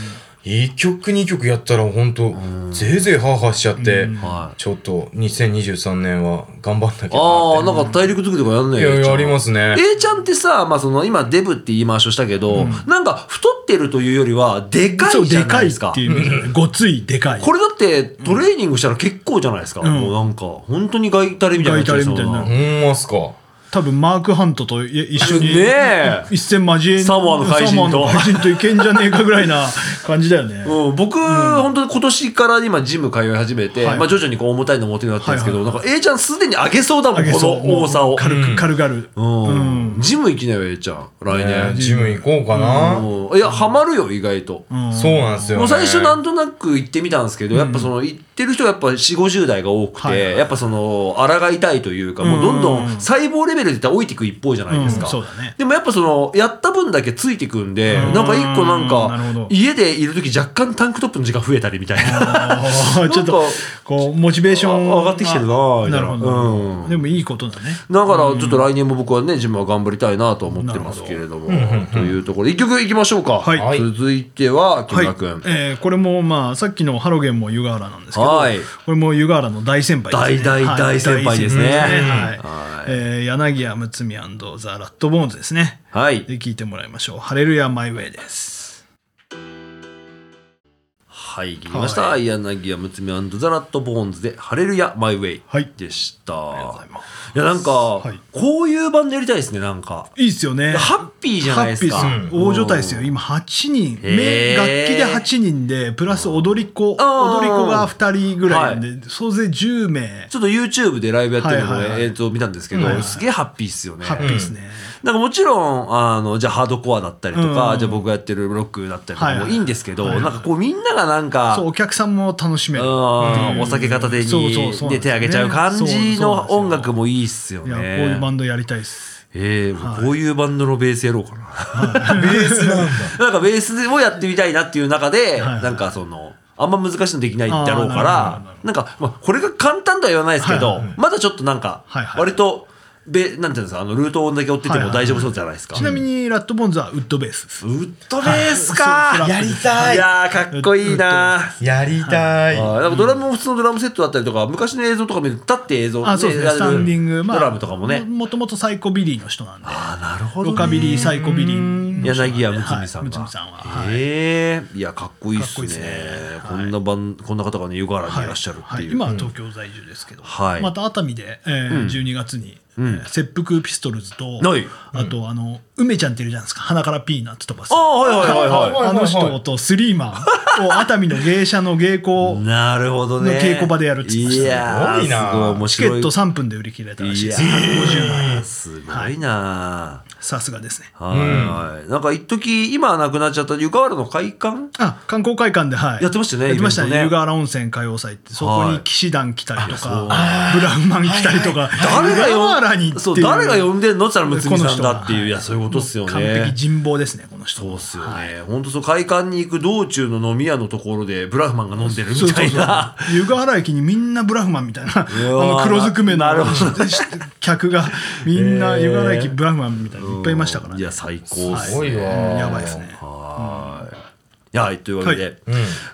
[SPEAKER 3] 1曲2曲やったら本当ぜいぜいハーハーしちゃって、
[SPEAKER 1] はい
[SPEAKER 3] ちょっと2023年は頑張んなきゃなって
[SPEAKER 1] ああなんか大陸作りとかやんない
[SPEAKER 3] い
[SPEAKER 1] よ
[SPEAKER 3] やいやありますすね
[SPEAKER 1] A ちゃんってさ、まあ、その今デブって言い回しをしたけど、なんか太ってるというよりはでか
[SPEAKER 2] そ
[SPEAKER 1] いうじ
[SPEAKER 2] で
[SPEAKER 1] ゃな
[SPEAKER 2] か
[SPEAKER 1] いで
[SPEAKER 2] いっ
[SPEAKER 1] すか
[SPEAKER 2] ていう意味だねごついでかい
[SPEAKER 1] これだってトレーニングしたら結構じゃないですか、もうなんか本当に外タレみたいになっちゃいそう
[SPEAKER 2] 外タレみたいにな
[SPEAKER 1] な
[SPEAKER 2] る
[SPEAKER 3] ほんまっすか
[SPEAKER 2] 多分マーク・ハントとい一緒
[SPEAKER 1] ね
[SPEAKER 2] に
[SPEAKER 1] え
[SPEAKER 2] 一戦交え
[SPEAKER 1] サモアの怪人と
[SPEAKER 2] サモアの怪人といけんじゃねえかぐらいな感じだよね
[SPEAKER 1] うん、僕、本当に今年から今ジム通い始めて、
[SPEAKER 2] はい
[SPEAKER 1] まあ徐々にこう重たいの持てるようになってるんですけど、
[SPEAKER 2] はい
[SPEAKER 1] なんか A ちゃんすでに上げそうだもん、
[SPEAKER 2] 上げ
[SPEAKER 1] こ
[SPEAKER 2] そう
[SPEAKER 1] の重さを。
[SPEAKER 2] 軽く軽々、
[SPEAKER 1] うん
[SPEAKER 2] うん
[SPEAKER 1] ジム行きなよ、A ちゃん。来
[SPEAKER 3] ねえ
[SPEAKER 1] 年。
[SPEAKER 3] ジム行こうかな、
[SPEAKER 1] うんいや、ハマるよ、意外と。
[SPEAKER 2] うん
[SPEAKER 3] そうなんですよ、ね、
[SPEAKER 1] もう最初なんとなく行ってみたんですけど、やっぱその行ってる人がやっぱ4、50代が多くて、
[SPEAKER 2] はいはい
[SPEAKER 1] やっぱその、抗いたいというか、もうどんどん細胞レベルで言ったら老いていく一方じゃないですか。
[SPEAKER 2] うんそうだね
[SPEAKER 1] でもやっぱその、やった分だけついてくんで、
[SPEAKER 2] うん
[SPEAKER 1] なんか一個なん
[SPEAKER 2] な
[SPEAKER 1] か
[SPEAKER 2] るほど、
[SPEAKER 1] 家でいる時若干タンクトップの時間増えたりみたいな。
[SPEAKER 2] あーちょっとこうモチベーション
[SPEAKER 1] あ上がってきてるな
[SPEAKER 2] あ
[SPEAKER 1] みたい
[SPEAKER 2] な
[SPEAKER 1] な
[SPEAKER 2] るほど、
[SPEAKER 1] うん
[SPEAKER 2] でもいいことだね
[SPEAKER 1] だからちょっと来年も僕はね自分は頑張りたいなと思ってますけれどもというところで一曲いきましょうか、
[SPEAKER 2] はい
[SPEAKER 1] 続いては木
[SPEAKER 2] はい
[SPEAKER 1] 村君、、
[SPEAKER 2] えーこれもまあさっきのハロゲンも湯河原なんですけど、
[SPEAKER 1] はい
[SPEAKER 2] これも湯河原の大先輩ですね
[SPEAKER 1] 大大大先輩ですね
[SPEAKER 2] はい大先
[SPEAKER 1] うん
[SPEAKER 2] 輩ですね
[SPEAKER 1] はい
[SPEAKER 2] はいえー柳家睦美ザ・ラッドボーンズですね
[SPEAKER 1] はい
[SPEAKER 2] で聞いてもらいましょう「ハレルヤ・マイ・ウェイ」です
[SPEAKER 1] はい聞きました、柳家睦美ザ・ラット・ボーンズで「ハレルヤ・マイ・ウェイ
[SPEAKER 2] はい」
[SPEAKER 1] でした、
[SPEAKER 2] ざい
[SPEAKER 1] い、
[SPEAKER 2] ます
[SPEAKER 1] やなんか、
[SPEAKER 2] い
[SPEAKER 1] こういうバンドやりたいですねなんか
[SPEAKER 2] いいっすよね
[SPEAKER 1] ハッピーじゃないですか
[SPEAKER 2] ハッピーっす大所帯ですよ。今8人。
[SPEAKER 1] へー
[SPEAKER 2] め楽器で8人で、プラス踊り子。
[SPEAKER 1] あー
[SPEAKER 2] 踊り子が2人ぐらいなんで、総勢10名。
[SPEAKER 1] ちょっと YouTube でライブやってるの
[SPEAKER 2] はいはい
[SPEAKER 1] を
[SPEAKER 2] はい
[SPEAKER 1] 映像見たんですけど、すげえハッピーっすよね
[SPEAKER 2] ハッピーですね。
[SPEAKER 1] なんかもちろんあのじゃあハードコアだったりとか、
[SPEAKER 2] うん
[SPEAKER 1] じゃあ僕がやってるロックだったりと
[SPEAKER 2] は
[SPEAKER 1] か
[SPEAKER 2] い
[SPEAKER 1] も
[SPEAKER 2] はい
[SPEAKER 1] いんですけど、
[SPEAKER 2] はいはい
[SPEAKER 1] なんかこうみんながなんか
[SPEAKER 2] そう、お客さんも楽しめる。
[SPEAKER 1] うんお酒片手
[SPEAKER 2] そうそ
[SPEAKER 1] に
[SPEAKER 2] うそうなんですよね
[SPEAKER 1] で手あげちゃう感じの音楽もいいっすよ
[SPEAKER 2] いや、こういうバ
[SPEAKER 1] ね。
[SPEAKER 2] ンドやりたいです。
[SPEAKER 1] ええ俺こういうバンドのベースやろうかな。なんかベースをやってみたいなっていう中で、
[SPEAKER 2] はいはい
[SPEAKER 1] なんかそのあんま難しいのできないだろうか
[SPEAKER 2] あーなるほどなる
[SPEAKER 1] ら
[SPEAKER 2] ほ
[SPEAKER 1] なんか、まあ、これが簡単とは言わないですけど、
[SPEAKER 2] はいはいはい
[SPEAKER 1] まだちょっとなんか、
[SPEAKER 2] はいはい
[SPEAKER 1] 割とべなんていうんですかあのルート音だけ追ってても大丈夫そうじゃないですか。
[SPEAKER 2] ちなみに、ラッドボーンズはウッドベースです。
[SPEAKER 1] ウッドベースか、
[SPEAKER 3] やりた
[SPEAKER 1] い、
[SPEAKER 3] い
[SPEAKER 1] やーかっこいいな
[SPEAKER 3] やりたい、
[SPEAKER 1] はいなんかドラムも普通のドラムセットだったりとか昔の映像とか見ると立って映像
[SPEAKER 2] あ、そうですね。
[SPEAKER 1] やる
[SPEAKER 2] スタンディング。まあ
[SPEAKER 1] ドラムとかもね
[SPEAKER 2] ももともとサイコビリーの人なんで。
[SPEAKER 1] あーなるほど
[SPEAKER 2] ロ
[SPEAKER 1] ね
[SPEAKER 2] カビリー、サイコビリーの人なんで。
[SPEAKER 1] 柳家睦美さん
[SPEAKER 2] はい睦
[SPEAKER 1] が
[SPEAKER 2] 美さんは。はい
[SPEAKER 1] ええいやかっこいいっすね
[SPEAKER 2] かっこいいっすね
[SPEAKER 1] こんなばんこんな方がね湯河原にいらっしゃるっていう、
[SPEAKER 2] はいはい今は東京在住ですけど、
[SPEAKER 1] はい
[SPEAKER 2] また熱海で、えー12月に、えー切腹ピストルズと、
[SPEAKER 1] はい
[SPEAKER 2] あとあの梅ちゃんっているじゃないですか鼻からピーナッツ飛ばす
[SPEAKER 1] ああはいはいはいは
[SPEAKER 2] あの人とスリーマ ンを熱海の芸者の芸
[SPEAKER 1] い
[SPEAKER 2] 妓
[SPEAKER 1] なるほどね
[SPEAKER 2] の稽古場でやるって言ってましたね
[SPEAKER 1] やー
[SPEAKER 3] すごいな
[SPEAKER 1] すごい面
[SPEAKER 2] チケ
[SPEAKER 1] 白い
[SPEAKER 2] ット3分で売り切れたらしい
[SPEAKER 1] い
[SPEAKER 2] で
[SPEAKER 1] や
[SPEAKER 2] す50枚
[SPEAKER 1] ーすごいな
[SPEAKER 2] さすがですね
[SPEAKER 1] ーはい、はいなんか一時今はなくなっちゃった湯河原の会館
[SPEAKER 2] あ観光会館ではい
[SPEAKER 1] やってましたね
[SPEAKER 2] やってました
[SPEAKER 1] イベントね
[SPEAKER 2] ね湯河原温泉歌謡祭ってそこ
[SPEAKER 1] は
[SPEAKER 2] に
[SPEAKER 1] い
[SPEAKER 2] 騎士団来たりとか、
[SPEAKER 1] あ
[SPEAKER 2] ブラウンマン来たりとか、
[SPEAKER 1] 誰が
[SPEAKER 2] 湯
[SPEAKER 1] 呼
[SPEAKER 2] 河原に
[SPEAKER 1] ん
[SPEAKER 2] っていう
[SPEAKER 1] そう誰が呼んでんのって言ったらむつみ
[SPEAKER 2] この
[SPEAKER 1] さん
[SPEAKER 2] 人
[SPEAKER 1] だ
[SPEAKER 2] が
[SPEAKER 1] っていういやそういうことっすよね
[SPEAKER 2] 完璧人望ですねこの人
[SPEAKER 1] そうっすよね、本当そう会館に行く道中の飲み屋のところでブラフマンが飲んでるみたいな
[SPEAKER 2] そうそう湯河原駅にみんなブラフマンみたいなあ
[SPEAKER 1] うわー
[SPEAKER 2] の黒ずくめの
[SPEAKER 1] なるほ
[SPEAKER 2] 客がみんな湯河原駅ブラフマンみたいないっぱいいましたから
[SPEAKER 1] い
[SPEAKER 2] ね
[SPEAKER 1] や最高っ
[SPEAKER 2] はい
[SPEAKER 1] す
[SPEAKER 3] すごいわ
[SPEAKER 2] やばいですね
[SPEAKER 1] はい。はい、というわけで、
[SPEAKER 2] はい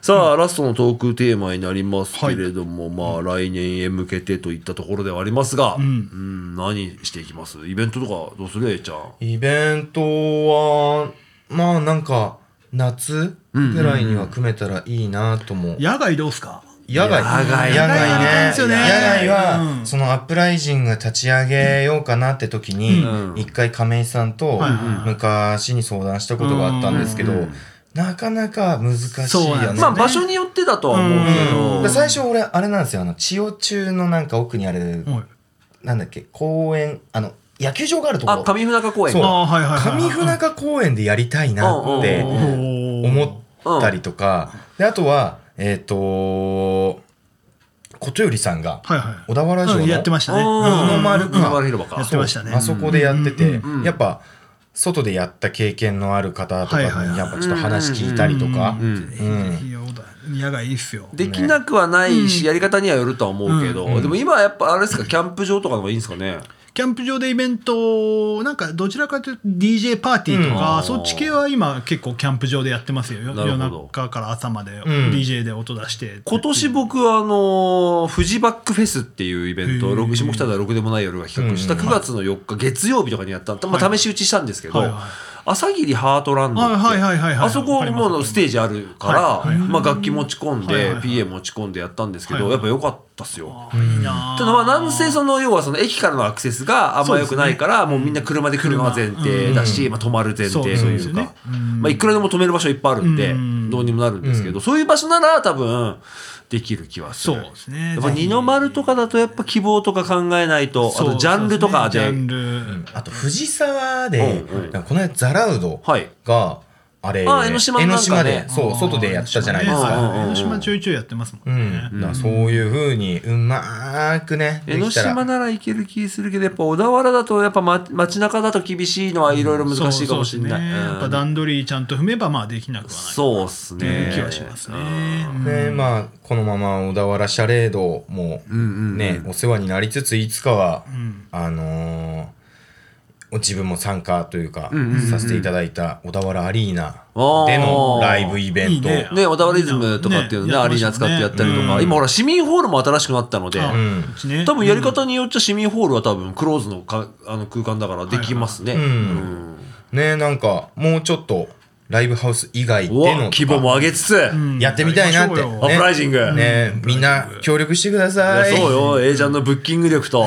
[SPEAKER 1] さあ、ラストのトークテーマになりますけれども、まあ、来年へ向けてといったところではありますが、うん、何していきますイベントとかどうするえいちゃん。
[SPEAKER 3] イベントはまあなんか夏ぐらいには組めたらいいなとも、
[SPEAKER 2] 野外どうすか
[SPEAKER 3] 野外
[SPEAKER 1] 野外
[SPEAKER 3] 野
[SPEAKER 2] 野外
[SPEAKER 3] 外
[SPEAKER 2] やりたいん
[SPEAKER 3] ね
[SPEAKER 2] ですよね
[SPEAKER 3] 野外は、
[SPEAKER 2] うん
[SPEAKER 3] そのアップライジング立ち上げようかなって時に
[SPEAKER 1] うん
[SPEAKER 3] 一、回亀井さんと
[SPEAKER 2] はいはい
[SPEAKER 3] 昔に相談したことがあったんですけど、
[SPEAKER 1] うん
[SPEAKER 3] なかなか難しい
[SPEAKER 2] そうなん
[SPEAKER 3] よ
[SPEAKER 2] です
[SPEAKER 3] ね。
[SPEAKER 1] まあ場所によってだとは思うけど、
[SPEAKER 2] うん
[SPEAKER 3] で最初俺あれなんですよあの千代中のなんか奥にある、
[SPEAKER 2] はい
[SPEAKER 3] なんだっけ公園あの野球場があるとこ
[SPEAKER 1] あ
[SPEAKER 3] ろ
[SPEAKER 1] 上船中公園
[SPEAKER 3] そう
[SPEAKER 2] ああはいはいはい
[SPEAKER 3] 上船中公園でやりたいなって
[SPEAKER 1] うん
[SPEAKER 3] 思ったりとか、であとはえっ、とことよりさんが
[SPEAKER 2] はいはい
[SPEAKER 3] 小田原城の、
[SPEAKER 2] うんやってましたね
[SPEAKER 1] うん
[SPEAKER 2] うん
[SPEAKER 3] 二の丸か
[SPEAKER 1] 二の丸広場か
[SPEAKER 2] やってましたね
[SPEAKER 3] そうあそこでやってて、
[SPEAKER 2] うん
[SPEAKER 1] うん
[SPEAKER 3] やっぱ外でやった経験のある方とか
[SPEAKER 2] はいはいは
[SPEAKER 3] に
[SPEAKER 2] い
[SPEAKER 3] やっぱちょっと話聞いたりとか、
[SPEAKER 1] うん
[SPEAKER 3] うん
[SPEAKER 2] いいよだ野外いいっすよ
[SPEAKER 1] できなくはないし、やり方にはよるとは思うけど、
[SPEAKER 3] うん
[SPEAKER 1] でも今はやっぱあれですかキャンプ場とかの方がいいんですかね
[SPEAKER 2] キャンプ場でイベントなんかどちらかというと DJ パーティーと
[SPEAKER 1] う
[SPEAKER 2] か
[SPEAKER 1] ん
[SPEAKER 2] そっち系は今結構キャンプ場でやってますよよ
[SPEAKER 1] なる
[SPEAKER 2] 夜
[SPEAKER 1] ほど
[SPEAKER 2] 中から朝まで
[SPEAKER 3] うん
[SPEAKER 2] DJ で音出して
[SPEAKER 1] 今年僕はあのフジバックフェスっていうイベント
[SPEAKER 2] へ
[SPEAKER 1] を
[SPEAKER 2] ー
[SPEAKER 1] ろく下北沢ろくでもない夜が企画した
[SPEAKER 3] うん
[SPEAKER 1] 9月の4日月曜日とかにやったまあ試し打ちしたんですけど
[SPEAKER 2] はいはい
[SPEAKER 1] 朝霧ハートランドって
[SPEAKER 2] はいはいはいはいはい
[SPEAKER 1] あそこもうステージあるか
[SPEAKER 2] はい
[SPEAKER 1] ら
[SPEAKER 2] はいはい
[SPEAKER 1] まあ楽器持ち込ん
[SPEAKER 2] はい
[SPEAKER 1] で
[SPEAKER 2] はいはい
[SPEAKER 1] PA 持ち込んでやったんですけ
[SPEAKER 2] はい
[SPEAKER 1] ど
[SPEAKER 2] はい
[SPEAKER 1] やっぱ良かったっすよ。
[SPEAKER 2] あいいなあ
[SPEAKER 1] ただまあなんせその要はその駅からのアクセスがあんま良くないからもうみんな車で来るのが前提だしまあ泊まる前提と
[SPEAKER 2] そう
[SPEAKER 1] い
[SPEAKER 2] です
[SPEAKER 1] う
[SPEAKER 2] よ
[SPEAKER 1] か
[SPEAKER 2] ねうん
[SPEAKER 1] まあいくらでも止める場所いっぱいあるんで
[SPEAKER 2] うん
[SPEAKER 1] どうにもなるんですけどそういう場所なら多分できる気はす
[SPEAKER 2] そう
[SPEAKER 1] る。
[SPEAKER 2] ですね
[SPEAKER 1] やっぱ二の丸とかだとやっぱ希望とか考えないと、あ
[SPEAKER 2] そう
[SPEAKER 1] とジャンルとか
[SPEAKER 2] そう
[SPEAKER 1] で。
[SPEAKER 2] すねジャンル
[SPEAKER 3] あと藤沢で、
[SPEAKER 1] うんうん
[SPEAKER 3] なんかこの間ザラウド
[SPEAKER 1] はい。
[SPEAKER 3] があれ
[SPEAKER 1] あ江ノ島のなんかね
[SPEAKER 3] 江ノ島でそう外でやったじゃないです
[SPEAKER 1] あー江ノ島ねうんうんうん
[SPEAKER 2] 江
[SPEAKER 3] か。
[SPEAKER 2] ノ島ちょいちょいやってます
[SPEAKER 3] う
[SPEAKER 2] もん
[SPEAKER 3] ん、
[SPEAKER 2] ね、
[SPEAKER 3] だからそういうふうにうまーくね
[SPEAKER 1] 江ノ島
[SPEAKER 3] でき
[SPEAKER 1] ならいける気するけど、やっぱ小田原だと、やっぱま街中だと厳しいのはいろいろ難しいかもしれ
[SPEAKER 2] そうそうですねやっ
[SPEAKER 1] な
[SPEAKER 2] ぱ
[SPEAKER 1] い。
[SPEAKER 2] 段取りちゃんと踏めばまあできなくはない
[SPEAKER 1] そうっす
[SPEAKER 2] ってい
[SPEAKER 1] ね
[SPEAKER 2] う。気はしますね。
[SPEAKER 1] うん
[SPEAKER 3] たらねまあこのまま小田原シャレードも
[SPEAKER 1] うんうん。
[SPEAKER 3] ね、お世話になりつついつかは、
[SPEAKER 2] ん
[SPEAKER 3] あのー自分も参加というか、
[SPEAKER 1] うんうんうん
[SPEAKER 3] させていただいた小田原アリーナ
[SPEAKER 1] あー
[SPEAKER 3] でのライブイベント
[SPEAKER 2] いいね
[SPEAKER 1] ね、小田原イズムとかっていうのね、
[SPEAKER 2] ね
[SPEAKER 1] アリーナ使ってやったりとか、
[SPEAKER 3] うん
[SPEAKER 1] 今ほら市民ホールも新しくなったので、
[SPEAKER 2] あ
[SPEAKER 3] ん
[SPEAKER 2] うちね
[SPEAKER 1] 多分やり方によっちゃ市民ホールは多分クローズのかあの空間だからできますね。
[SPEAKER 3] はいはいうんねなんかもうちょっとライブハウス以外で
[SPEAKER 1] うんうわ
[SPEAKER 3] の
[SPEAKER 1] 規模も上げつつ、
[SPEAKER 2] うん
[SPEAKER 3] やってみたいなって
[SPEAKER 2] やりましょう
[SPEAKER 1] ア
[SPEAKER 2] よ
[SPEAKER 1] ップライジング。
[SPEAKER 3] ねみんな協力してくだ
[SPEAKER 1] いや
[SPEAKER 3] さい
[SPEAKER 1] そうよ、A ちゃんのブッキング力と、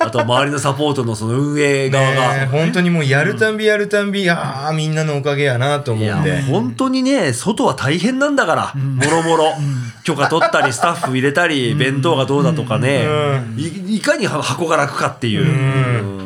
[SPEAKER 1] あと周りのサポートのその運営側
[SPEAKER 3] ね
[SPEAKER 1] が。
[SPEAKER 3] 本当にもうやるたんびやるたんび、ああみんなのおかげやなと
[SPEAKER 1] い
[SPEAKER 3] 思うん
[SPEAKER 1] や
[SPEAKER 3] で
[SPEAKER 1] 本当にね、外は大変なんだから、もろもろ、許可取ったり、スタッフ入れたり、弁当がどうだとかね、いいかに箱が楽かっていう、うん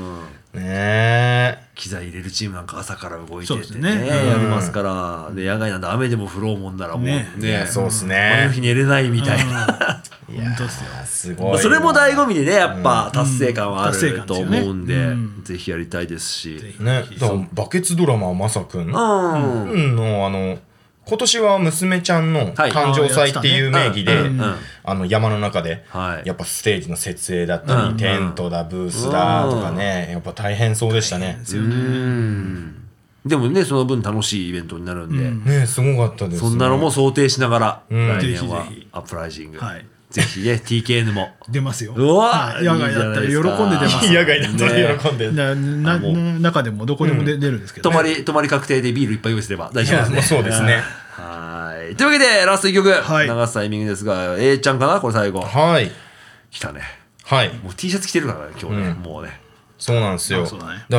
[SPEAKER 3] ね
[SPEAKER 1] 機材入れるチームなんか朝から動いて
[SPEAKER 2] そうで
[SPEAKER 1] て
[SPEAKER 2] す
[SPEAKER 1] ね、
[SPEAKER 2] ね
[SPEAKER 1] やりますから、で野外なんで雨でも降ろうもんならもうね
[SPEAKER 2] ね、
[SPEAKER 3] いやそうっす
[SPEAKER 1] 前の
[SPEAKER 3] ね
[SPEAKER 1] 日寝れないみたいな。
[SPEAKER 3] いや
[SPEAKER 2] 本当っすよ
[SPEAKER 3] すごい
[SPEAKER 1] それも醍醐味でねやっぱ達成感はあ
[SPEAKER 2] 達成
[SPEAKER 1] る
[SPEAKER 2] 感
[SPEAKER 1] と
[SPEAKER 2] ですよね
[SPEAKER 1] 思うんで、
[SPEAKER 2] うん
[SPEAKER 1] ぜひやりたいですし。
[SPEAKER 2] ぜひ
[SPEAKER 3] ねだからバケツドラマーまさくん
[SPEAKER 1] うん
[SPEAKER 3] のあの今年は娘ちゃんの
[SPEAKER 1] はい
[SPEAKER 3] 誕生祭っていう名義で
[SPEAKER 1] うんうんうん
[SPEAKER 3] あの山の中で
[SPEAKER 1] はい
[SPEAKER 3] やっぱステージの設営だっ
[SPEAKER 1] う
[SPEAKER 3] た
[SPEAKER 1] ん
[SPEAKER 3] りテントだブースだとかねやっぱ大変そうでしたね
[SPEAKER 1] うんでもねその分楽しいイベントになるんで、
[SPEAKER 2] うん
[SPEAKER 3] ねすごかったです
[SPEAKER 1] そんなのも想定しながら、
[SPEAKER 3] うん
[SPEAKER 1] 来年は
[SPEAKER 2] ぜひぜひ
[SPEAKER 1] アップライジング、
[SPEAKER 2] はい
[SPEAKER 1] ぜひね TKN も
[SPEAKER 2] 出ますよ。
[SPEAKER 1] うわ
[SPEAKER 2] はい野外だったら喜んで出ま
[SPEAKER 1] いい
[SPEAKER 2] す。
[SPEAKER 1] じゃ
[SPEAKER 3] 野外だったら喜んで
[SPEAKER 2] なな
[SPEAKER 1] もう
[SPEAKER 2] な中でもどこでも出出るんですけど
[SPEAKER 1] 泊
[SPEAKER 2] ね。
[SPEAKER 1] まり泊まり確定でビールいっぱい用意すれば大
[SPEAKER 3] い
[SPEAKER 1] 丈夫で
[SPEAKER 3] や
[SPEAKER 1] すね
[SPEAKER 3] もうそうですね
[SPEAKER 1] はいというわけでラスト1曲、
[SPEAKER 2] はい
[SPEAKER 1] 流すタイミングですが A ちゃんかなこれ最後
[SPEAKER 3] はい
[SPEAKER 1] 来たね
[SPEAKER 3] はい
[SPEAKER 1] もう T シャツ着てるからね今日ね、
[SPEAKER 3] うん
[SPEAKER 1] もうね
[SPEAKER 3] そうなんですよ。
[SPEAKER 2] あ
[SPEAKER 3] だ
[SPEAKER 2] そうだね
[SPEAKER 3] か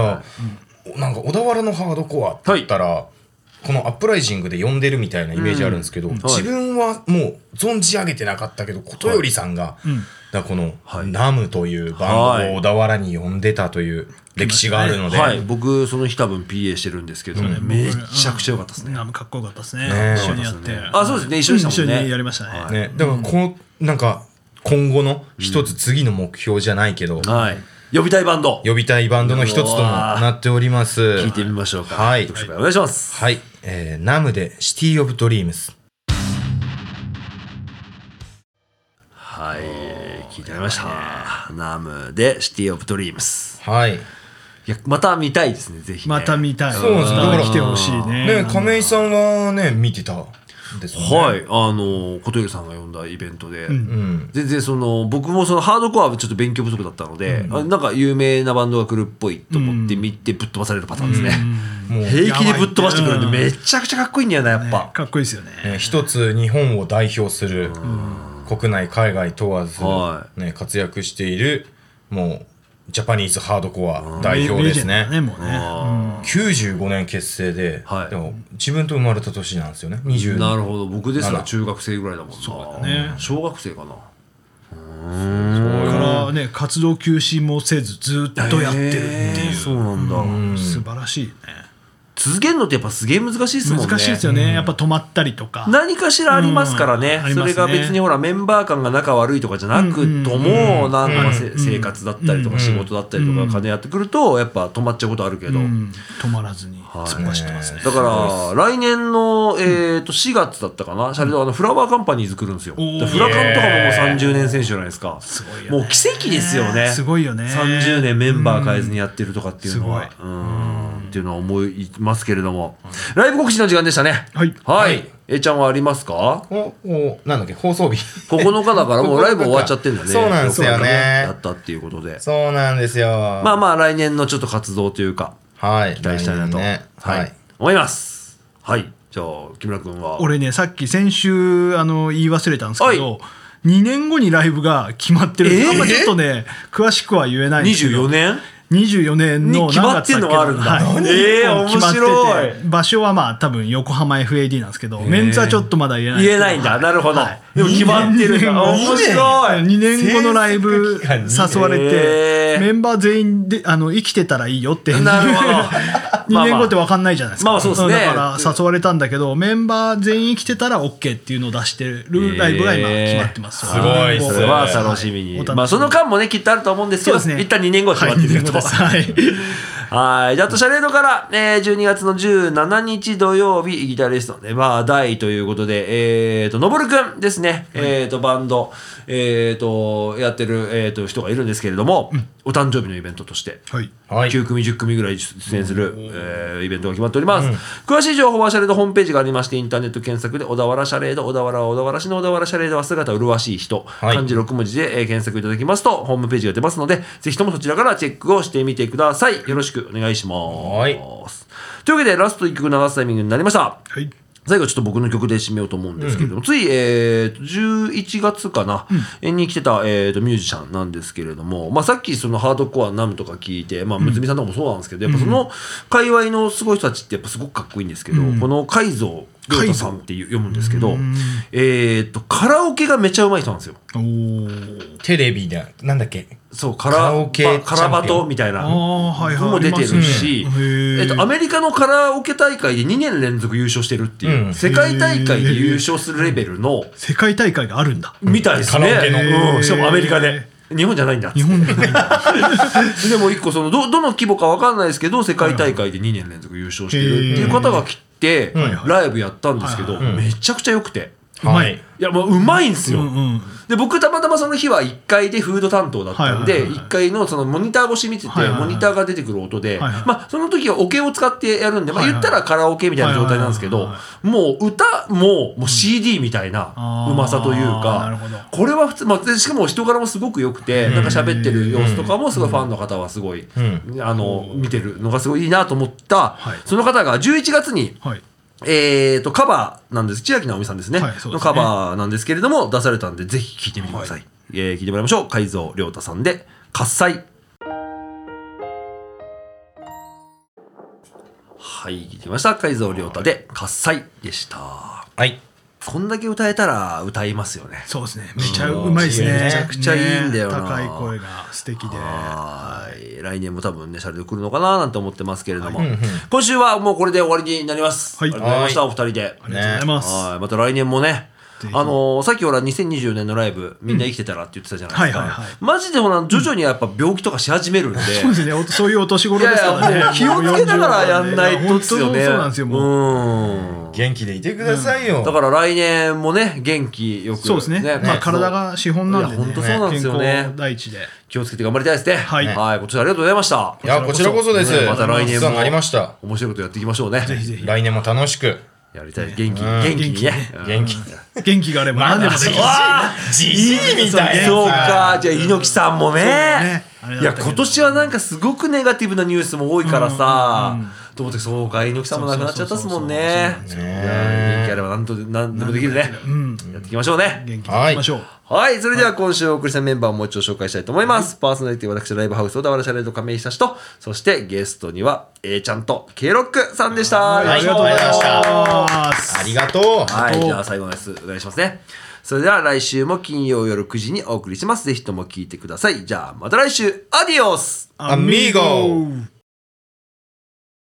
[SPEAKER 3] ら、なんか小田原のハードコアって言ったら、このアップライジングで呼んでるみたいなイメージあるんですけど、
[SPEAKER 1] はい
[SPEAKER 3] 自分はもう存じ上げてなかったけど、ことよりさんが、だからこの、
[SPEAKER 1] はい
[SPEAKER 3] ナムというバン
[SPEAKER 1] はい
[SPEAKER 3] ドを小田原に呼んでたという歴史があるので、
[SPEAKER 1] はい、僕その日多分 PA してるんですけど、めっちゃくちゃ良かったですね、
[SPEAKER 2] ね。かっこよかったですね
[SPEAKER 3] ね。
[SPEAKER 2] 一緒にやって。
[SPEAKER 1] あそうですね一緒でしたもんね
[SPEAKER 2] 一緒にやりましたね。
[SPEAKER 1] はい
[SPEAKER 3] ね、だからこの、なんか、今後の一つ次の目標じゃないけど、
[SPEAKER 1] はい呼びたいバンド
[SPEAKER 3] 呼びたいバンドの一つともなっております。
[SPEAKER 1] 聞いてみましょうか
[SPEAKER 3] はい
[SPEAKER 1] ご紹介お願いします
[SPEAKER 3] はい、えーナムでシティ・オブ・ドリームス。
[SPEAKER 1] はい聞いてみましたナムでシティオブドリームス
[SPEAKER 3] はい。
[SPEAKER 1] いやまた見たいですねぜひね
[SPEAKER 2] また見たい。
[SPEAKER 3] そうですね
[SPEAKER 2] また来てほしいね。
[SPEAKER 3] ね、亀井さんがね、見てたんですよね。
[SPEAKER 1] はいあの小鳥さんが呼んだイベントで、
[SPEAKER 3] うん。
[SPEAKER 1] 全然その僕もそのハードコアはちょっと勉強不足だったので、あなんか有名なバンドが来るっぽいと思って見てぶっ飛ばされるパターンですね、
[SPEAKER 3] もう、
[SPEAKER 1] 平気でぶっ飛ばしてくるんで
[SPEAKER 2] やばい
[SPEAKER 1] めちゃくちゃかっこいいんだよなやっぱ、
[SPEAKER 2] かっこいいですよね。
[SPEAKER 3] ね一つ日本を代表する国内海外問わず、
[SPEAKER 1] は
[SPEAKER 3] ね、活躍しているもうジャパニーズハードコア代表ですね
[SPEAKER 2] レジェンドだねもうね。
[SPEAKER 3] 95年結成で、
[SPEAKER 1] はい
[SPEAKER 3] でも自分と生まれた年なんですよね20
[SPEAKER 1] なるほど僕ですら
[SPEAKER 3] なんだ
[SPEAKER 1] 中学生ぐらいだもんな
[SPEAKER 2] そうだね
[SPEAKER 1] 小学生かな
[SPEAKER 2] だからね活動休止もせずずっとやってるって
[SPEAKER 1] へ
[SPEAKER 2] い
[SPEAKER 1] ー
[SPEAKER 2] う、
[SPEAKER 1] そうなんだ、
[SPEAKER 2] 素晴らしいね
[SPEAKER 1] 続けるのってやっぱすげえ難しいですもんね
[SPEAKER 2] 難しいですよね、やっぱ止まったりとか
[SPEAKER 1] 何かしらありますからね
[SPEAKER 2] う,、んあり
[SPEAKER 1] そ
[SPEAKER 2] ます
[SPEAKER 1] れ
[SPEAKER 2] ね
[SPEAKER 1] が別にほらメンバー間が仲悪いとかじゃなくとも、なんかせ、生活だったりとか仕事だったりとか金やってくるとやっぱ止まっちゃうことあるけど、
[SPEAKER 2] うん止まらずに突っ走ってますね、
[SPEAKER 1] だから来年の、えー、と4月だったかな、シャレドあのフラワーカンパニーズ来るんですよ。
[SPEAKER 2] おー
[SPEAKER 1] でフラカンとかももう30年選手じゃないですか。
[SPEAKER 2] ごいよね
[SPEAKER 1] もう奇跡ですよね。
[SPEAKER 2] すごいよね
[SPEAKER 1] 30年メンバー変えずにやってるとかっていうのは
[SPEAKER 2] うんす。
[SPEAKER 1] うんっていうのは思いますけれども、ライブ告知の時間でしたね。
[SPEAKER 2] はい
[SPEAKER 1] はい。えちゃんはありますか
[SPEAKER 3] おおなんだっけ放 送日
[SPEAKER 1] ?9 日だから もうライブ終わっちゃってるんだね。
[SPEAKER 3] そうなんですよね
[SPEAKER 1] やったっていうことで。
[SPEAKER 3] そうなんですよ
[SPEAKER 1] まあまあ来年のちょっと活動というか、
[SPEAKER 3] はい
[SPEAKER 1] 期待したいなと、
[SPEAKER 3] 来年ね
[SPEAKER 1] はい
[SPEAKER 3] はい
[SPEAKER 1] 思います。はい。じゃあ、木村君は。
[SPEAKER 2] 俺ねさっき先週あの言い忘れたんですけ
[SPEAKER 1] は
[SPEAKER 2] ど2年後にライブが決まってるんです、
[SPEAKER 1] えー
[SPEAKER 2] あんまちょっとね詳しくは言えないんですけど
[SPEAKER 1] 24年
[SPEAKER 2] 24年の
[SPEAKER 1] に決まってんのがあるんだ
[SPEAKER 2] はい、
[SPEAKER 1] えー
[SPEAKER 2] もう決まってて
[SPEAKER 1] 面白
[SPEAKER 2] 場所はまあ多分横浜 FAD なんですけど、メンツはちょっとまだ言えない
[SPEAKER 1] 言えないんだ。なるほど。でも決まってるんだ。
[SPEAKER 2] はい
[SPEAKER 1] 面白い。
[SPEAKER 2] 2年後のライブ
[SPEAKER 3] 制作期間に
[SPEAKER 2] 誘われて、
[SPEAKER 1] へー
[SPEAKER 2] メンバー全員であの生きてたらいいよって
[SPEAKER 1] なるほ ど
[SPEAKER 2] 2年後って分かんないじゃないですか、
[SPEAKER 1] まあまあそうですね
[SPEAKER 2] んだから誘われたんだけどメンバー全員生きてたら OK っていうのを出してるライブが今決まってます、
[SPEAKER 1] えー
[SPEAKER 3] すごいっす
[SPEAKER 1] それは楽しみに。
[SPEAKER 2] はいお楽しみに
[SPEAKER 1] まあその間もね、きっとあると思うんですけ
[SPEAKER 2] そう
[SPEAKER 1] ど、
[SPEAKER 2] ですね
[SPEAKER 1] 一旦2年後は決まっていると。
[SPEAKER 2] はい
[SPEAKER 1] はい。じゃあ、あと、シャレードから、えー、12月の17日土曜日、ギタリスト、ネバーダイということで、えっ、と、のぼるくんですね。えっ、と、バンド、えっ、と、やってる、えっ、と、人がいるんですけれども、お誕生日のイベントとして、
[SPEAKER 2] はい
[SPEAKER 3] はい
[SPEAKER 1] 9組10組ぐらい出演する、えーイベントが決まっております、詳しい情報はシャレードホームページがありましてインターネット検索で小田原シャレード小田原は小田原市の小田原シャレードは姿麗しい人、
[SPEAKER 3] い
[SPEAKER 1] 漢字6文字で、えー検索いただきますとホームページが出ますのでぜひともそちらからチェックをしてみてくださいよろしくお願いします、
[SPEAKER 3] はい
[SPEAKER 1] というわけでラスト1曲流すタイミングになりました
[SPEAKER 2] はい
[SPEAKER 1] 最後ちょっと僕の曲で締めようと思うんですけれども、つい、えーと、11月かな、に来てた、えーとミュージシャンなんですけれども、まあ、さっきそのハードコアナムとか聞いて、まあ、むつみさんとかもそうなんですけど、やっぱその界隈のすごい人たちってやっぱすごくかっこいいんですけど、この海蔵亮太さんっていう読むんですけど、えーとカラオケがめちゃうまい人なんですよ。
[SPEAKER 2] おー
[SPEAKER 3] テレビでなんだっけ
[SPEAKER 1] そうカラ
[SPEAKER 3] カラオケ
[SPEAKER 1] まあカラバ
[SPEAKER 3] チャンピオ
[SPEAKER 1] トみたいな
[SPEAKER 2] あーはいはい
[SPEAKER 1] のも出てるし、
[SPEAKER 2] ありますねへー
[SPEAKER 1] えっと、アメリカのカラオケ大会で2年連続優勝してるっていう、
[SPEAKER 3] うん
[SPEAKER 1] 世界大会で優勝するレベルの、
[SPEAKER 2] 世界大会があるんだ
[SPEAKER 1] みたいですね
[SPEAKER 3] カラオケ
[SPEAKER 2] の
[SPEAKER 1] うん、しかもアメリカで日本じゃないんだっつって
[SPEAKER 2] 日本でないんだ
[SPEAKER 1] でも一個そのどどの規模か分かんないですけど世界大会で2年連続優勝してるっていう方が来て
[SPEAKER 3] はいはい
[SPEAKER 1] ライブやったんですけど
[SPEAKER 2] はいはい
[SPEAKER 1] めちゃくちゃ良くて
[SPEAKER 2] うまい
[SPEAKER 1] いやも ううまいんです
[SPEAKER 2] う
[SPEAKER 1] よ。
[SPEAKER 2] んうん
[SPEAKER 1] で僕たまたまその日は1階でフード担当だったん
[SPEAKER 2] はい
[SPEAKER 1] で
[SPEAKER 2] はいはいはい
[SPEAKER 1] 1階のそのモニター越し見てて
[SPEAKER 2] はいはいはい
[SPEAKER 1] モニターが出てくる音で
[SPEAKER 2] はいはい
[SPEAKER 1] まあその時はオケを使ってやるんでまあ
[SPEAKER 2] はい
[SPEAKER 1] 言
[SPEAKER 2] は
[SPEAKER 1] っ
[SPEAKER 2] い
[SPEAKER 1] たらカラオケみたいな状態なんですけ
[SPEAKER 2] はい
[SPEAKER 1] ど
[SPEAKER 2] はいは
[SPEAKER 1] もう歌ももう CD みたいな
[SPEAKER 2] あー
[SPEAKER 1] うまさという
[SPEAKER 2] なる
[SPEAKER 1] か
[SPEAKER 2] ほど
[SPEAKER 1] これは普通まあでしかも人柄もすごく良くてなんか喋ってる様子とかもすごいファンの方はすごい
[SPEAKER 3] うん
[SPEAKER 1] あの見てるのがすごいいいなと思った
[SPEAKER 2] はい
[SPEAKER 1] その方が11月に
[SPEAKER 2] はい
[SPEAKER 1] えー、とカバーなんです千秋直美さんですね,、
[SPEAKER 2] はいそうですね
[SPEAKER 1] のカバーなんですけれども出されたんでぜひ聴いてみてください、えー聴いてもらいましょう海蔵亮太さんで「喝采」はい聴いてみました海蔵亮太で「喝采」でした
[SPEAKER 3] はい
[SPEAKER 1] こんだけ歌えたら歌いますよね
[SPEAKER 2] そうですね。めちゃうまいですね。
[SPEAKER 3] め
[SPEAKER 1] ちゃくちゃいいんだよな
[SPEAKER 2] ね高い声が素敵で。
[SPEAKER 1] はい来年も多分ねシャレで来るのかななんて思ってますけれども、
[SPEAKER 3] はいうんうん
[SPEAKER 1] 今週はもうこれで終わりになります、
[SPEAKER 2] はい
[SPEAKER 1] ありがとうございましたお二人で
[SPEAKER 2] ありがとうございます。
[SPEAKER 1] はい、また来年もね
[SPEAKER 2] ぜひ
[SPEAKER 1] あのーさっきほら2024年のライブみんな生きてたらって言ってたじゃないですか、
[SPEAKER 2] うんはいはいはい
[SPEAKER 1] マジでほら徐々にやっぱ病気とかし始めるんで、
[SPEAKER 2] そうですね。おそういうお年頃ですから
[SPEAKER 1] いやいやも
[SPEAKER 2] ね
[SPEAKER 1] う。気をつけながらやんないとっすよね
[SPEAKER 2] いや本当そうなんですよ。もう
[SPEAKER 1] うん
[SPEAKER 3] 元気でいてくださいよ
[SPEAKER 1] だから来年もね元気よく
[SPEAKER 2] そうですね。まあ体が資本なんで
[SPEAKER 1] いや
[SPEAKER 2] ね。
[SPEAKER 1] 本当そうなんですよね
[SPEAKER 2] 健康第一で。
[SPEAKER 1] 気をつけて頑張りたいですね
[SPEAKER 2] はい
[SPEAKER 1] 今年はありがとうございました
[SPEAKER 3] いやこちらこそです
[SPEAKER 1] ねまた来年
[SPEAKER 3] お世話
[SPEAKER 1] も
[SPEAKER 3] になりました
[SPEAKER 1] 面白いことやっていきましょうね
[SPEAKER 2] ぜひぜひ。
[SPEAKER 3] 来年も楽しく
[SPEAKER 1] やりたい元気元気にね
[SPEAKER 3] 元気
[SPEAKER 2] 元気があれば何でもできる。
[SPEAKER 1] あ
[SPEAKER 3] じじいみたいな
[SPEAKER 1] そうかじゃあ猪木さんもね
[SPEAKER 2] だねあれ
[SPEAKER 1] い
[SPEAKER 2] だ
[SPEAKER 1] や
[SPEAKER 2] ったけ
[SPEAKER 1] 今
[SPEAKER 2] ど
[SPEAKER 1] 年はなんかすごくネガティブなニュースも多いからさ、と思ってそうか猪木さんも亡くなっちゃったっすもんね
[SPEAKER 2] そう
[SPEAKER 1] い
[SPEAKER 2] そ
[SPEAKER 1] や
[SPEAKER 2] う
[SPEAKER 3] そうそう
[SPEAKER 1] ー元気あれば何と何でもできるね
[SPEAKER 2] うん
[SPEAKER 1] やっていきましょうね
[SPEAKER 2] 元気にいきましょう
[SPEAKER 1] はい。それでは今週お送りしたメンバーをもう一度紹介したいと思います。パーソナリティは私、ライブハウス小田原シャレード亀井久志と、そしてゲストには A ちゃんと K ロックさんでした。
[SPEAKER 3] はいありがとうございました
[SPEAKER 2] した
[SPEAKER 3] ありがとう
[SPEAKER 1] はい。
[SPEAKER 2] とう
[SPEAKER 1] じゃあ最後のやつお願いしますね。それでは来週も金曜夜9時にお送りします。ぜひとも聞いてください。じゃあまた来週、アディオス
[SPEAKER 3] アミーゴ